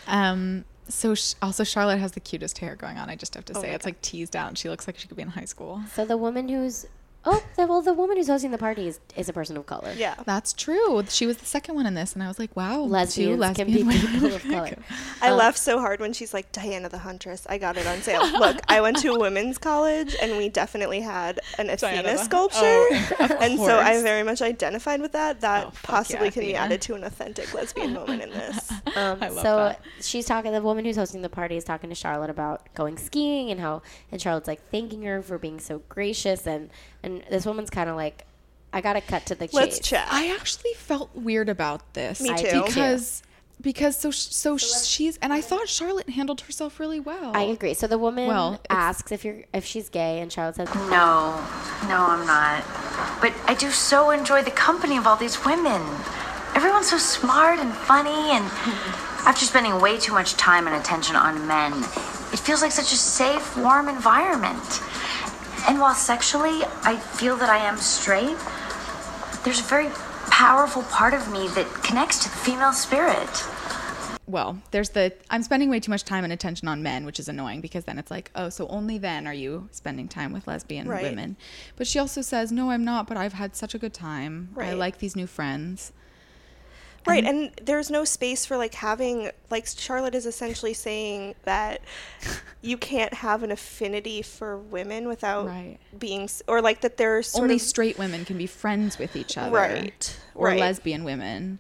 um. So sh- also, Charlotte has the cutest hair going on. I just have to say, it's like teased out, and she looks like she could be in high school. So the woman who's, oh, the, well, the woman who's hosting the party is, is a person of color. yeah. That's true. She was the second one in this, and I was like, wow, two Lesbians lesbian can be women. people of color. I uh, laughed so hard when she's like, Diana the Huntress, I got it on sale. Look, I went to a women's college and we definitely had an Diana the Athena Hun- sculpture. Oh, of and so I course. very much identified with that. That Oh, fuck possibly yeah, can be Athena. added to an authentic lesbian moment in this. Um, I love so that. she's talking. The woman who's hosting the party is talking to Charlotte about going skiing and how. And Charlotte's like thanking her for being so gracious, and and this woman's kind of like, I gotta cut to the chase. Let's chat. I actually felt weird about this. Me I too. do too. because because so sh- so sh- she's and I thought Charlotte handled herself really well. I agree. So the woman Well, it's- asks if you're if she's gay, and Charlotte says, "Mm, No, no, I'm not. But I do so enjoy the company of all these women. Everyone's so smart and funny, and after spending way too much time and attention on men, it feels like such a safe, warm environment. And while sexually I feel that I am straight, there's a very powerful part of me that connects to the female spirit. well, there's the I'm spending way too much time and attention on men, which is annoying because then it's like, oh, so only then are you spending time with lesbian Right. women. But she also says, no, I'm not. But I've had such a good time. I Right. like these new friends. Right, Mm-hmm. and there's no space for like having like Charlotte is essentially saying that you can't have an affinity for women without Right. being s- or like that they're sort only of straight women can be friends with each other, Right, Or right. lesbian women.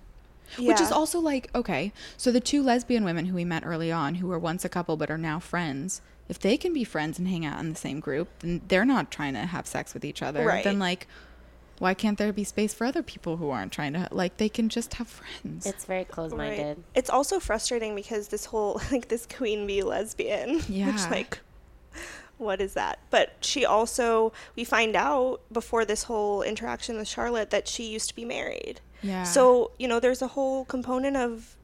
Which is Yeah. also like, okay, so the two lesbian women who we met early on, who were once a couple but are now friends, if they can be friends and hang out in the same group, then they're not trying to have sex with each other. Right. Then, like, why can't there be space for other people who aren't trying to, like, they can just have friends? "It's very Right. close-minded." It's also frustrating because this whole like this queen bee lesbian, Yeah. which like what is that? But she also we find out before this whole interaction with Charlotte that she used to be married. Yeah. So, you know, there's a whole component of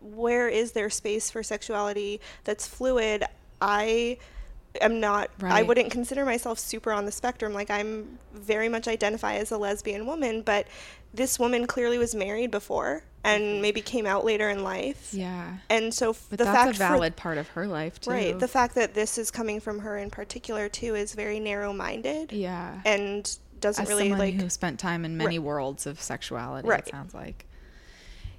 where is there space for sexuality that's fluid? I am not I Right. wouldn't consider myself super on the spectrum. Like I'm very much identify as a lesbian woman, but this woman clearly was married before and maybe came out later in life. Mm-hmm. yeah. And so f- But the that's a fact for- valid part of her life, too. right, the fact that this is coming from her in particular too is very narrow-minded yeah. and doesn't as really someone like who spent time in many Right. worlds of sexuality Right. it sounds like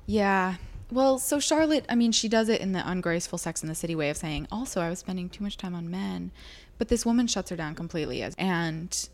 yeah well so charlotte i mean she does it in the ungraceful sex in the city way of saying also i was spending too much time on men but this woman shuts her down completely as and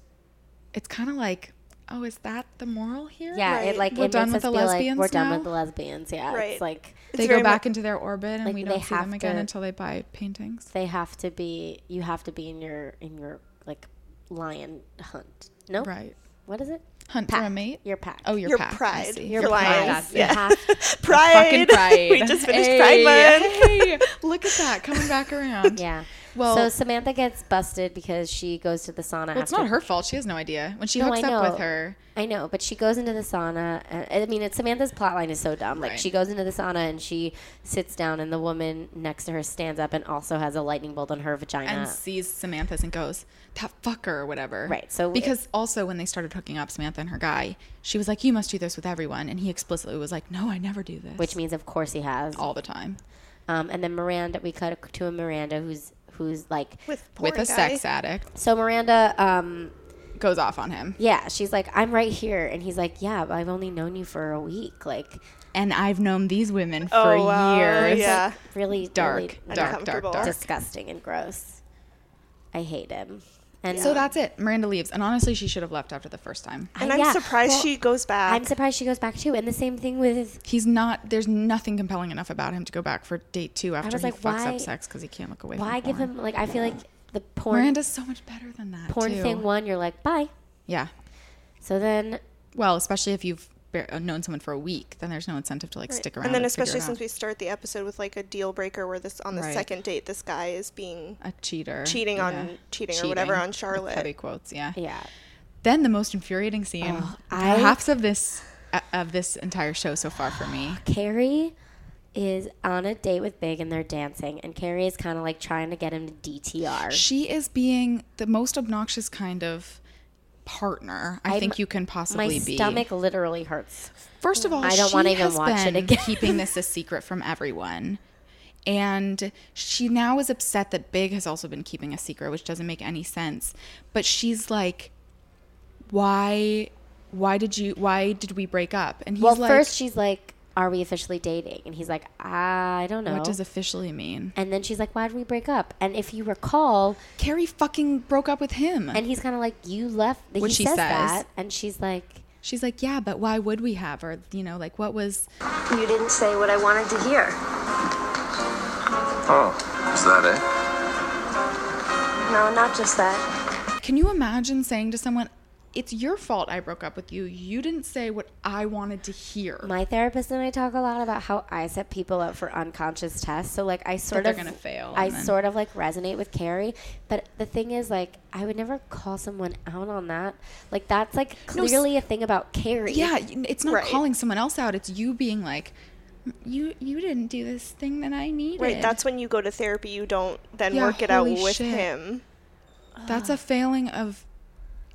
it's kind of like oh is that the moral here Yeah, it Right. like We're it done makes with us the feel like lesbians we're done now? with the lesbians. Yeah, Right. it's like they go very back mu- into their orbit and Like, we they don't see them have again to- until they buy paintings they have to be. You have to be in your in your like lion hunt. No, right What is it? hunt for a Pack. mate Your pack. oh your, Your pack, I pride. see. Your pride, lions, that's it. You yeah. have pride. fucking pride we just finished Pride Month. Hey, look at that coming back around Yeah. Well- so Samantha gets busted because she goes to the sauna. Well, it's after not her fault. She has no idea. When she No, hooks I up with know. her, I know, but she goes into the sauna. And, I mean, it's Samantha's plotline is so dumb. Like Right. she goes into the sauna and she sits down, and the woman next to her stands up and also has a lightning bolt on her vagina. and sees Samantha's and goes, that fucker or whatever. Right, so- because also when they started hooking up Samantha and her guy, she was like, you must do this with everyone. And he explicitly was like, no, I never do this. which means, of course, he has. all the time Um, and then Miranda, we cut to a Miranda who's who's like. with porn with a sex addict So Miranda, um, goes off on him. yeah, she's like, I'm right here, and he's like, Yeah, but I've only known you for a week. Like, And I've known these women for Oh, wow. years. Yeah. really Dark, really dark, dark, Uncomfortable. dark. disgusting and gross. I hate him. And uh, So that's it. Miranda leaves. And honestly, she should have left after the first time. And I'm Yeah, surprised well, she goes back. I'm surprised she goes back too. And the same thing with He's not, there's nothing compelling enough about him to go back for date two after was he like, fucks why- up sex because he can't look away why from give porn. him like I feel like the porn Miranda's so much better than that. porn too. thing one. You're like bye. Yeah. So then Well, especially if you've bar- uh, known someone for a week, then there's no incentive to like stick around. and then figure it especially since out. we start the episode with like a deal breaker where this on the Right. second date this guy is being a cheater cheating on- cheating or whatever on with Charlotte. Heavy quotes, yeah. yeah, Oh, Then the most infuriating scene, I- perhaps of this uh, of this entire show so far for me. Carrie is on a date with Big and they're dancing, and Carrie is kind of like trying to get him to DTR. She is being the most obnoxious kind of partner I think you can My possibly be. stomach literally hurts. First of all, I don't she wanna even has watch it been again. keeping this a secret from everyone. And she now is upset that Big has also been keeping a secret, which doesn't make any sense. But she's like, "Why? Why did you? Why did we break up?" And he's Well, like, first she's like, "Are we officially dating?" And he's like, "I don't know." "What does officially mean?" and then she's like, "Why did we break up?" And if you recall, Carrie fucking broke up with him. and he's kind of like, "You left." What he she says, says. that, and she's like, she's like, "Yeah, but why would we have?" Or you know, like, what was? You didn't say what I wanted to hear. Oh, is that it? No, not just that. Can you imagine saying to someone? It's your fault I broke up with you. You didn't say what I wanted to hear. My therapist and I talk a lot about how I set people up for unconscious tests. So like I sort they're of gonna fail, I and then- sort of like resonate with Carrie, but the thing is like I would never call someone out on that. Like that's like s- clearly a thing about Carrie. Yeah, y- it's not Right. calling someone else out. It's you being like, you you didn't do this thing that I needed. right, that's when you go to therapy. You don't then Yeah, work it out holy with shit. him. that's Ah. a failing of.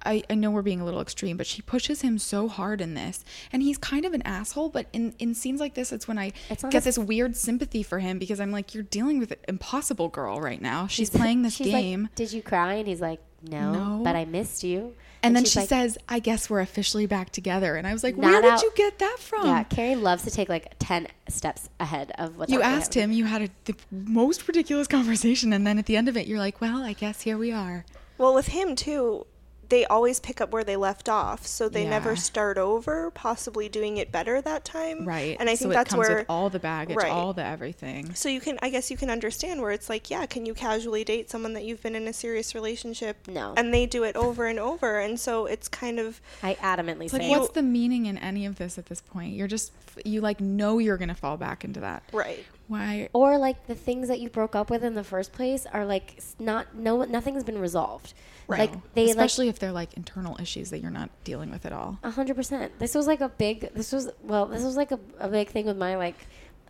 I, I know we're being a little extreme, but she pushes him so hard in this, and he's kind of an asshole. But in, in scenes like this, it's when I It's not a- get this weird sympathy for him because I'm like, you're dealing with an impossible girl right now. She's playing this She's like, game, Did you cry? And he's like, No, No. but I missed you. and, then she's she like, says, "I guess we're officially back together." And I was like, Not "Where did out- you get that from?" Yeah, Carrie loves to take like ten steps ahead of what's "Um, You out for asked him, you had a, the most ridiculous conversation, and then at the end of it, you're like, well, I guess here we are. Well, with him too, they always pick up where they left off, so they Yeah. never start over. Possibly doing it better that time. Right. And I so think it that's comes where with all the baggage, right. all the everything. So you can, I guess, you can understand where it's like, yeah, can you casually date someone that you've been in a serious relationship? No. And they do it over and over, and so it's kind of I adamantly Like, say what's the meaning in any of this at this point? You're just, you like know you're going to fall back into that. right. Why? or like the things that you broke up with in the first place are like s- not no nothing's been resolved. Like they Especially if they're like Um, internal issues that you're not dealing with at all. like a hundred percent. This was like a big. This was well. This was like a, a big thing with my like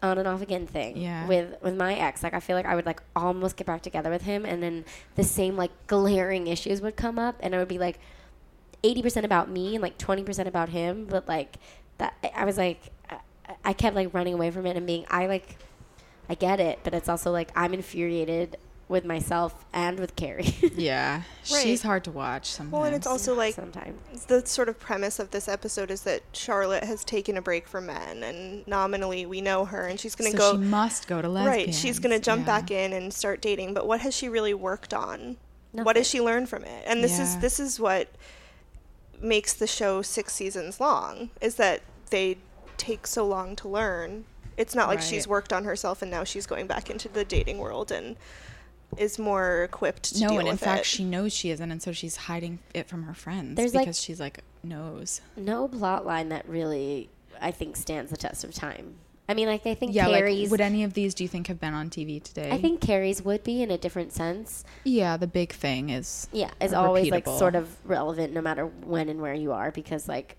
on and off again thing. Yeah. With with my ex, like I feel like I would like almost get back together with him, and then the same like glaring issues would come up, and I would be like eighty percent about me and like twenty percent about him, but like that I- I was like I- I kept like running away from it and being I like I get it, but it's also like I'm infuriated with myself and with Carrie. Yeah. Right. She's hard to watch sometimes. Well, and it's also like sometimes. the sort of premise of this episode is that Charlotte has taken a break from men, and nominally we know her, and she's going so to go she must go to lesbian. right. She's going to jump back in and start dating, but what has she really worked on? What has she learned from it? And this is Yeah. this is what makes the show six seasons long is that they take so long to learn. It's not like she's Right. worked on herself and now she's going back into the dating world and is more equipped to No, deal and in with fact, it. she knows she isn't, and so she's hiding it from her friends There's, like- because she's like knows. no plot line that really I think stands the test of time. I mean, like I think yeah, Carrie's. like would any of these do you think have been on TV today? I think Carrie's would be in a different sense. yeah, the big thing is Yeah, is always like repeatable. sort of relevant no matter when and where you are because like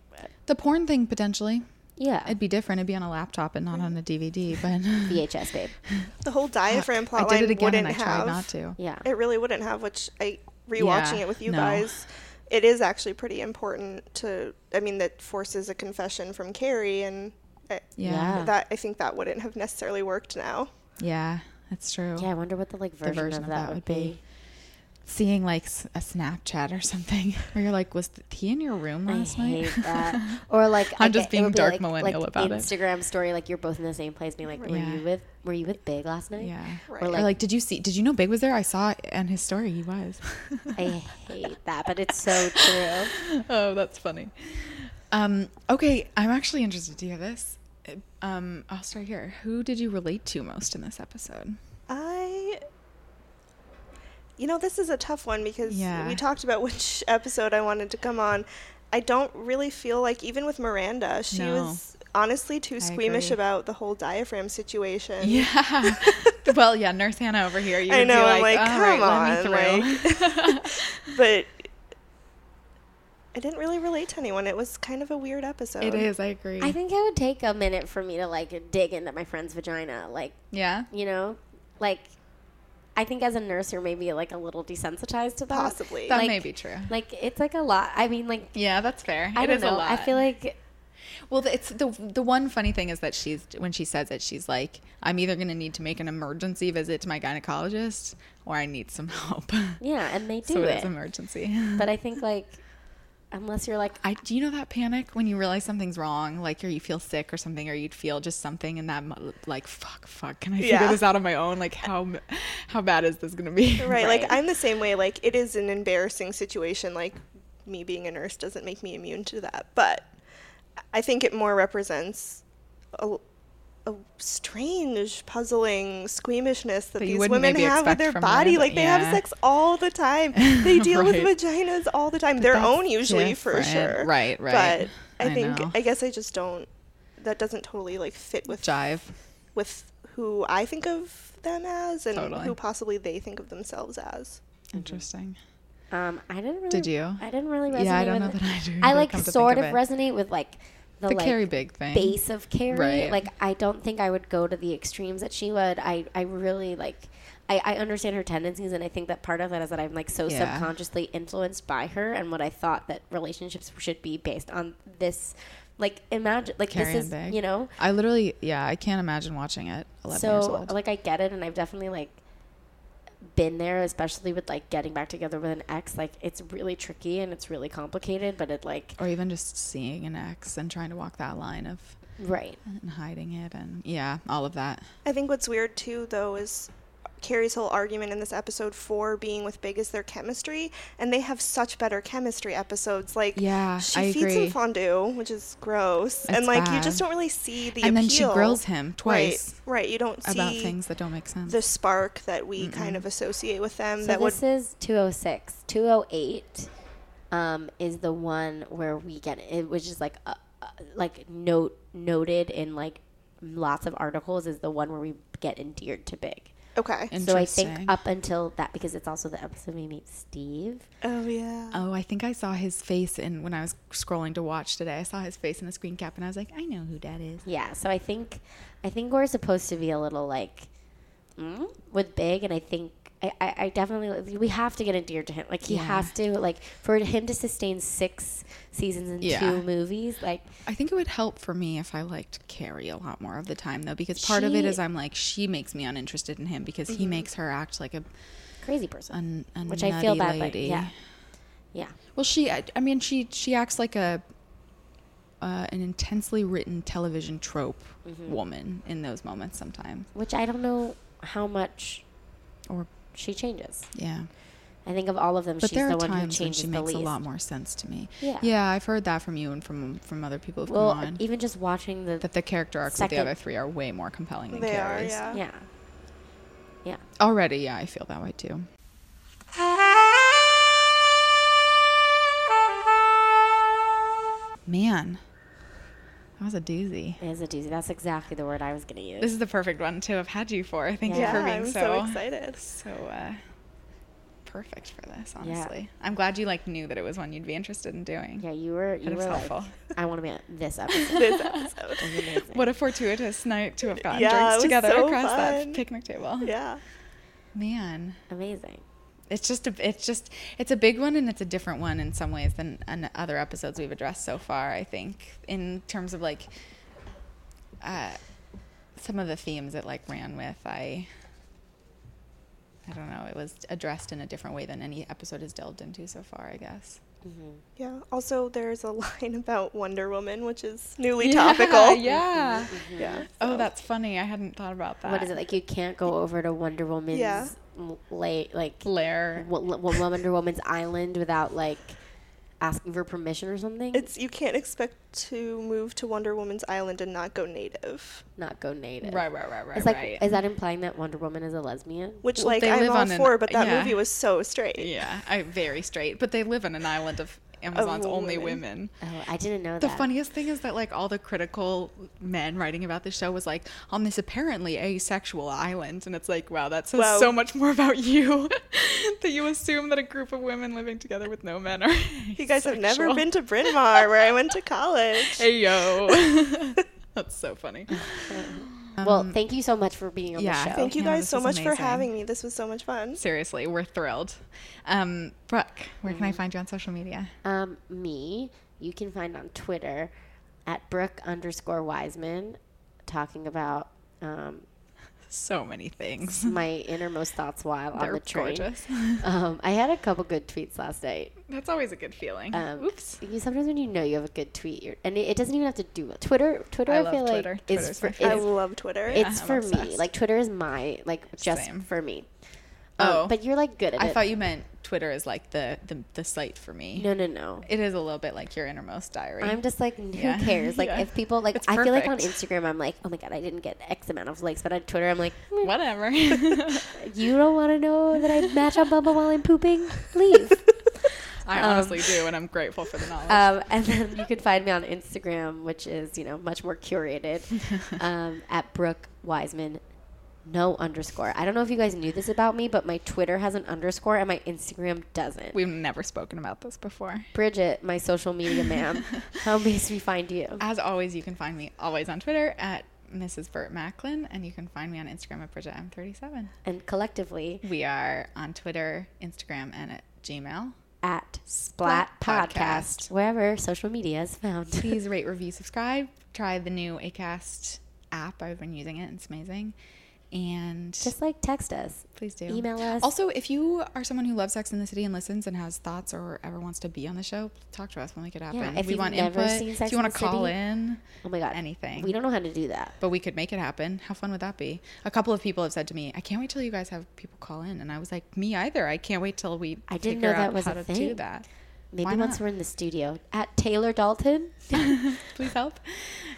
the porn thing potentially. yeah, It'd be different. It'd be on a laptop and not on a DVD. But VHS babe. The whole diaphragm I plotline did it again wouldn't and I have. tried not to. Yeah. It really wouldn't have, which I rewatching Yeah, it with you no. guys. It is actually pretty important to. I mean, that forces a confession from Carrie, and I, Yeah. Yeah. that I think that wouldn't have necessarily worked now. Yeah, that's true. Yeah, I wonder what the like version, of, that, would be. Seeing like s- a Snapchat or something where you're like, was th- he in your room I last night? hate that. Or like I I'm just get- it would being be, dark like- millennial like about it. Instagram story like you're both in the same place being like were Yeah. you with were you with Big last night? yeah. Right. Or or like, like, did you see? Did you know Big was there? I saw it and his story. He was. I hate that, but it's so true. oh, that's funny. Um, okay, I'm actually interested to hear this. Uh, Um, I'll start here. Who did you relate to most in this episode? I. You know, this is a tough one because Yeah. we talked about which episode I wanted to come on. I don't really feel like, even with Miranda, she No. was honestly too squeamish agree. about the whole diaphragm situation. Yeah. well, yeah, Nurse Hannah over here. You I would know, Be I'm like, like, "All come right, let me on, through." But I didn't really relate to anyone. It was kind of a weird episode. it is. I agree. I think it would take a minute for me to like dig into my friend's vagina. Like, yeah. you know? Like I think as a nurse you're maybe like a little desensitized to that. Possibly. That Like- may be true. Like it's like a lot. I mean like Yeah, that's fair. I It don't is know. a lot. I feel like Well, the- it's the the one funny thing is that she's when she says it, she's like, "I'm either going to need to make an emergency visit to my gynecologist, or I need some help." yeah, and they do so it it. is emergency. But I think like unless you're like I do you know that panic when you realize something's wrong, like or you feel sick or something, or you'd feel just something, and that mo- like fuck, fuck, can I figure Yeah. this out on my own? Like how m- how bad is this going to be? Right, Right. Like I'm the same way. Like it is an embarrassing situation. Like me being a nurse doesn't make me immune to that, but I think it more represents a, a strange, puzzling squeamishness that, That you these wouldn't women maybe have with expect their from body. Miranda. Like they Yeah. have sex all the time. They deal Right. with vaginas all the time. their that's own usually for different. sure. Right, right. But I, I think know. I guess I just don't. That doesn't totally like fit with Jive. Mm-hmm. with who I think of them as and Totally. who possibly they think of themselves as. Interesting. um I didn't really Did you? I didn't really resonate Yeah, I don't know with that I do. I either, like come to think sort of it. resonate with like the, the like Carrie Big thing. base of Carrie. Right. Like I don't think I would go to the extremes that she would. I I really like I, I understand her tendencies and I think that part of that is that I'm like so Yeah. subconsciously influenced by her and what I thought that relationships should be based on this like imagine like Carrie this and is Big. you know I literally, yeah, I can't imagine watching it. Eleven years so old. like I get it and I've definitely like been there especially with like getting back together with an ex like it's really tricky and it's really complicated but it like or even just seeing an ex and trying to walk that line of right and hiding it and yeah, all of that. I think what's weird too, though, is Carrie's whole argument in this episode for being with Big is their chemistry, and they have such better chemistry episodes. Like, Yeah, she I feeds agree. him fondue, which is gross, It's and like you bad. just don't really see the And appeal. then she grills him twice Right, right. You don't see about things that don't make sense. the spark that we kind of associate with them. so that would this is 206 208 um is the one where we get it which is like uh, uh, like note noted in like lots of articles is the one where we get endeared to big okay. so i think Interesting. up until that because it's also the episode we meet steve oh yeah. Oh, I think I saw his face in when I was scrolling to watch today. I saw his face in the screen cap and I was like, I know who that is. Yeah, so I think I think we're supposed to be a little like mm, with Big, and I think I, I, I definitely we have to get endeared to him. Like he has to like for him to sustain six seasons and Yeah. two movies. Like I think it would help for me if I liked Carrie a lot more of the time though, because part of it She- is I'm like, she makes me uninterested in him because he makes her act like a, crazy person, an, a which I feel nutty bad. Like lady. yeah, yeah, Well, she, I, I mean, she she acts like a uh, an intensely written television trope Mm-hmm. woman in those moments sometimes. which I don't know how much Or she changes. yeah, I think of all of them, but she's there the are one who times when changes she the makes least. a lot more sense to me. Yeah. yeah, I've heard that from you and from from other people who've Well, come on even just watching the that the character arcs of second- the other three are way more compelling than They are, Carrie's. yeah. yeah, yeah. Already, yeah, I feel that way too. Man, That was a doozy. It is a doozy. That's exactly the word I was going to use. This is the perfect one to have had you for. Thank you Yeah, for being I'm so, so excited. so uh, perfect for this. Honestly, I'm glad you like knew that it was one you'd be interested in doing. yeah, you were you That were was like, helpful. I want to be on this episode. This episode. It was amazing. What a fortuitous night to have gotten Yeah, it drinks was together so across that fun. picnic table. yeah. Man, amazing. it's just a it's just it's a big one and it's a different one in some ways than an other episodes we've addressed so far. I think in terms of like uh, some of the themes it like ran with. I I don't know. It was addressed in a different way than any episode has delved into so far. I guess. Yeah. Also, there's a line about Wonder Woman, which is newly Oh. topical. Yeah. Yeah. Oh, that's funny. I hadn't thought about that. What is it like? You can't go over to Wonder Woman's Yeah. l- late like Blair. Wo- Wo- Wonder Woman's island without like asking for permission or something. It's you can't expect to move to Wonder Woman's island and not go native. not go native. Right, right, right, right, It's like, right. is that implying that Wonder Woman is a lesbian? Which Well, like they I'm live all on an- for, but that yeah. movie was so straight. yeah, I very straight. But they live on an island of Amazon's only women. women. Oh, I didn't know The that. funniest thing is that like all the critical men writing about this show was like on this apparently asexual island, and it's like wow, that says Wow. so much more about you that you assume that a group of women living together with no men are. You guys have never been to Bryn Mawr, where I went to college. Hey yo, that's so funny. well, thank you so much for being on um, yeah, the show. Thank you No, guys this so is much for amazing. having me. This was so much fun. Seriously, we're thrilled. Um, Brooke, where Mm. can I find you on social media? Um, me, you can find on Twitter at Brooke underscore Wiseman, talking about um, So many things. my innermost thoughts while on They're the train. gorgeous. Um, I had a couple good tweets last night. That's always a good feeling. Um, Oops. You, sometimes when you know you have a good tweet, you're, and it, it doesn't even have to do with Twitter. Twitter, I I, love feel Twitter. like is Twitter's for, my I it's, love Twitter. it's I'm for me. obsessed. Like Twitter is my like just Same. for me. Um, Oh. but you're like good at I it. thought you meant Twitter is like the the, the site for me. no, no, no. It is a little bit like your innermost diary. I'm just like, who Yeah. cares? Like, Yeah. if people like, It's I feel like on perfect. Instagram, I'm like, oh my god, I didn't get X amount of likes, but on Twitter, I'm like, "Mm, Whatever. you don't want to know that I match on Bumble while I'm pooping. Leave. I honestly do, and I'm grateful for the knowledge. um, and then you can find me on Instagram, which is you know much more curated, um, at Brooke Wiseman. No underscore. I don't know if you guys knew this about me, but my Twitter has an underscore and my Instagram doesn't. We've never spoken about this before. Bridget, my social media ma'am, how may we find you? As always, you can find me always on Twitter at Mrs. Burt Macklin, and you can find me on Instagram at Bridget M37. And collectively, We are on Twitter, Instagram, and at Gmail. at Splat Splat Podcast, Podcast. wherever social media is found. Please rate, review, subscribe. Try the new ACAST app. I've been using it, and it's amazing. And Just like text us. Please do. Email us. Also, if you are someone who loves Sex in the City and listens and has thoughts or ever wants to be on the show, talk to us. We'll make it happen. if we you've want never input. seen if Sex you and want the to call City- in, Oh my god. anything. We don't know how to do that. but we could make it happen. How fun would that be? A couple of people have said to me, "I can't wait till you guys have people call in," and I was like, "Me either. I can't wait till we I didn't figure know that out was how a to do thing. that." Maybe why once not? we're in the studio at Taylor Dalton. Please help.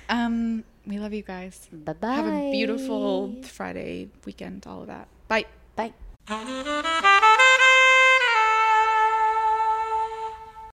Um, we love you guys. bye bye. Have a beautiful Friday weekend. All of that. Bye. Bye.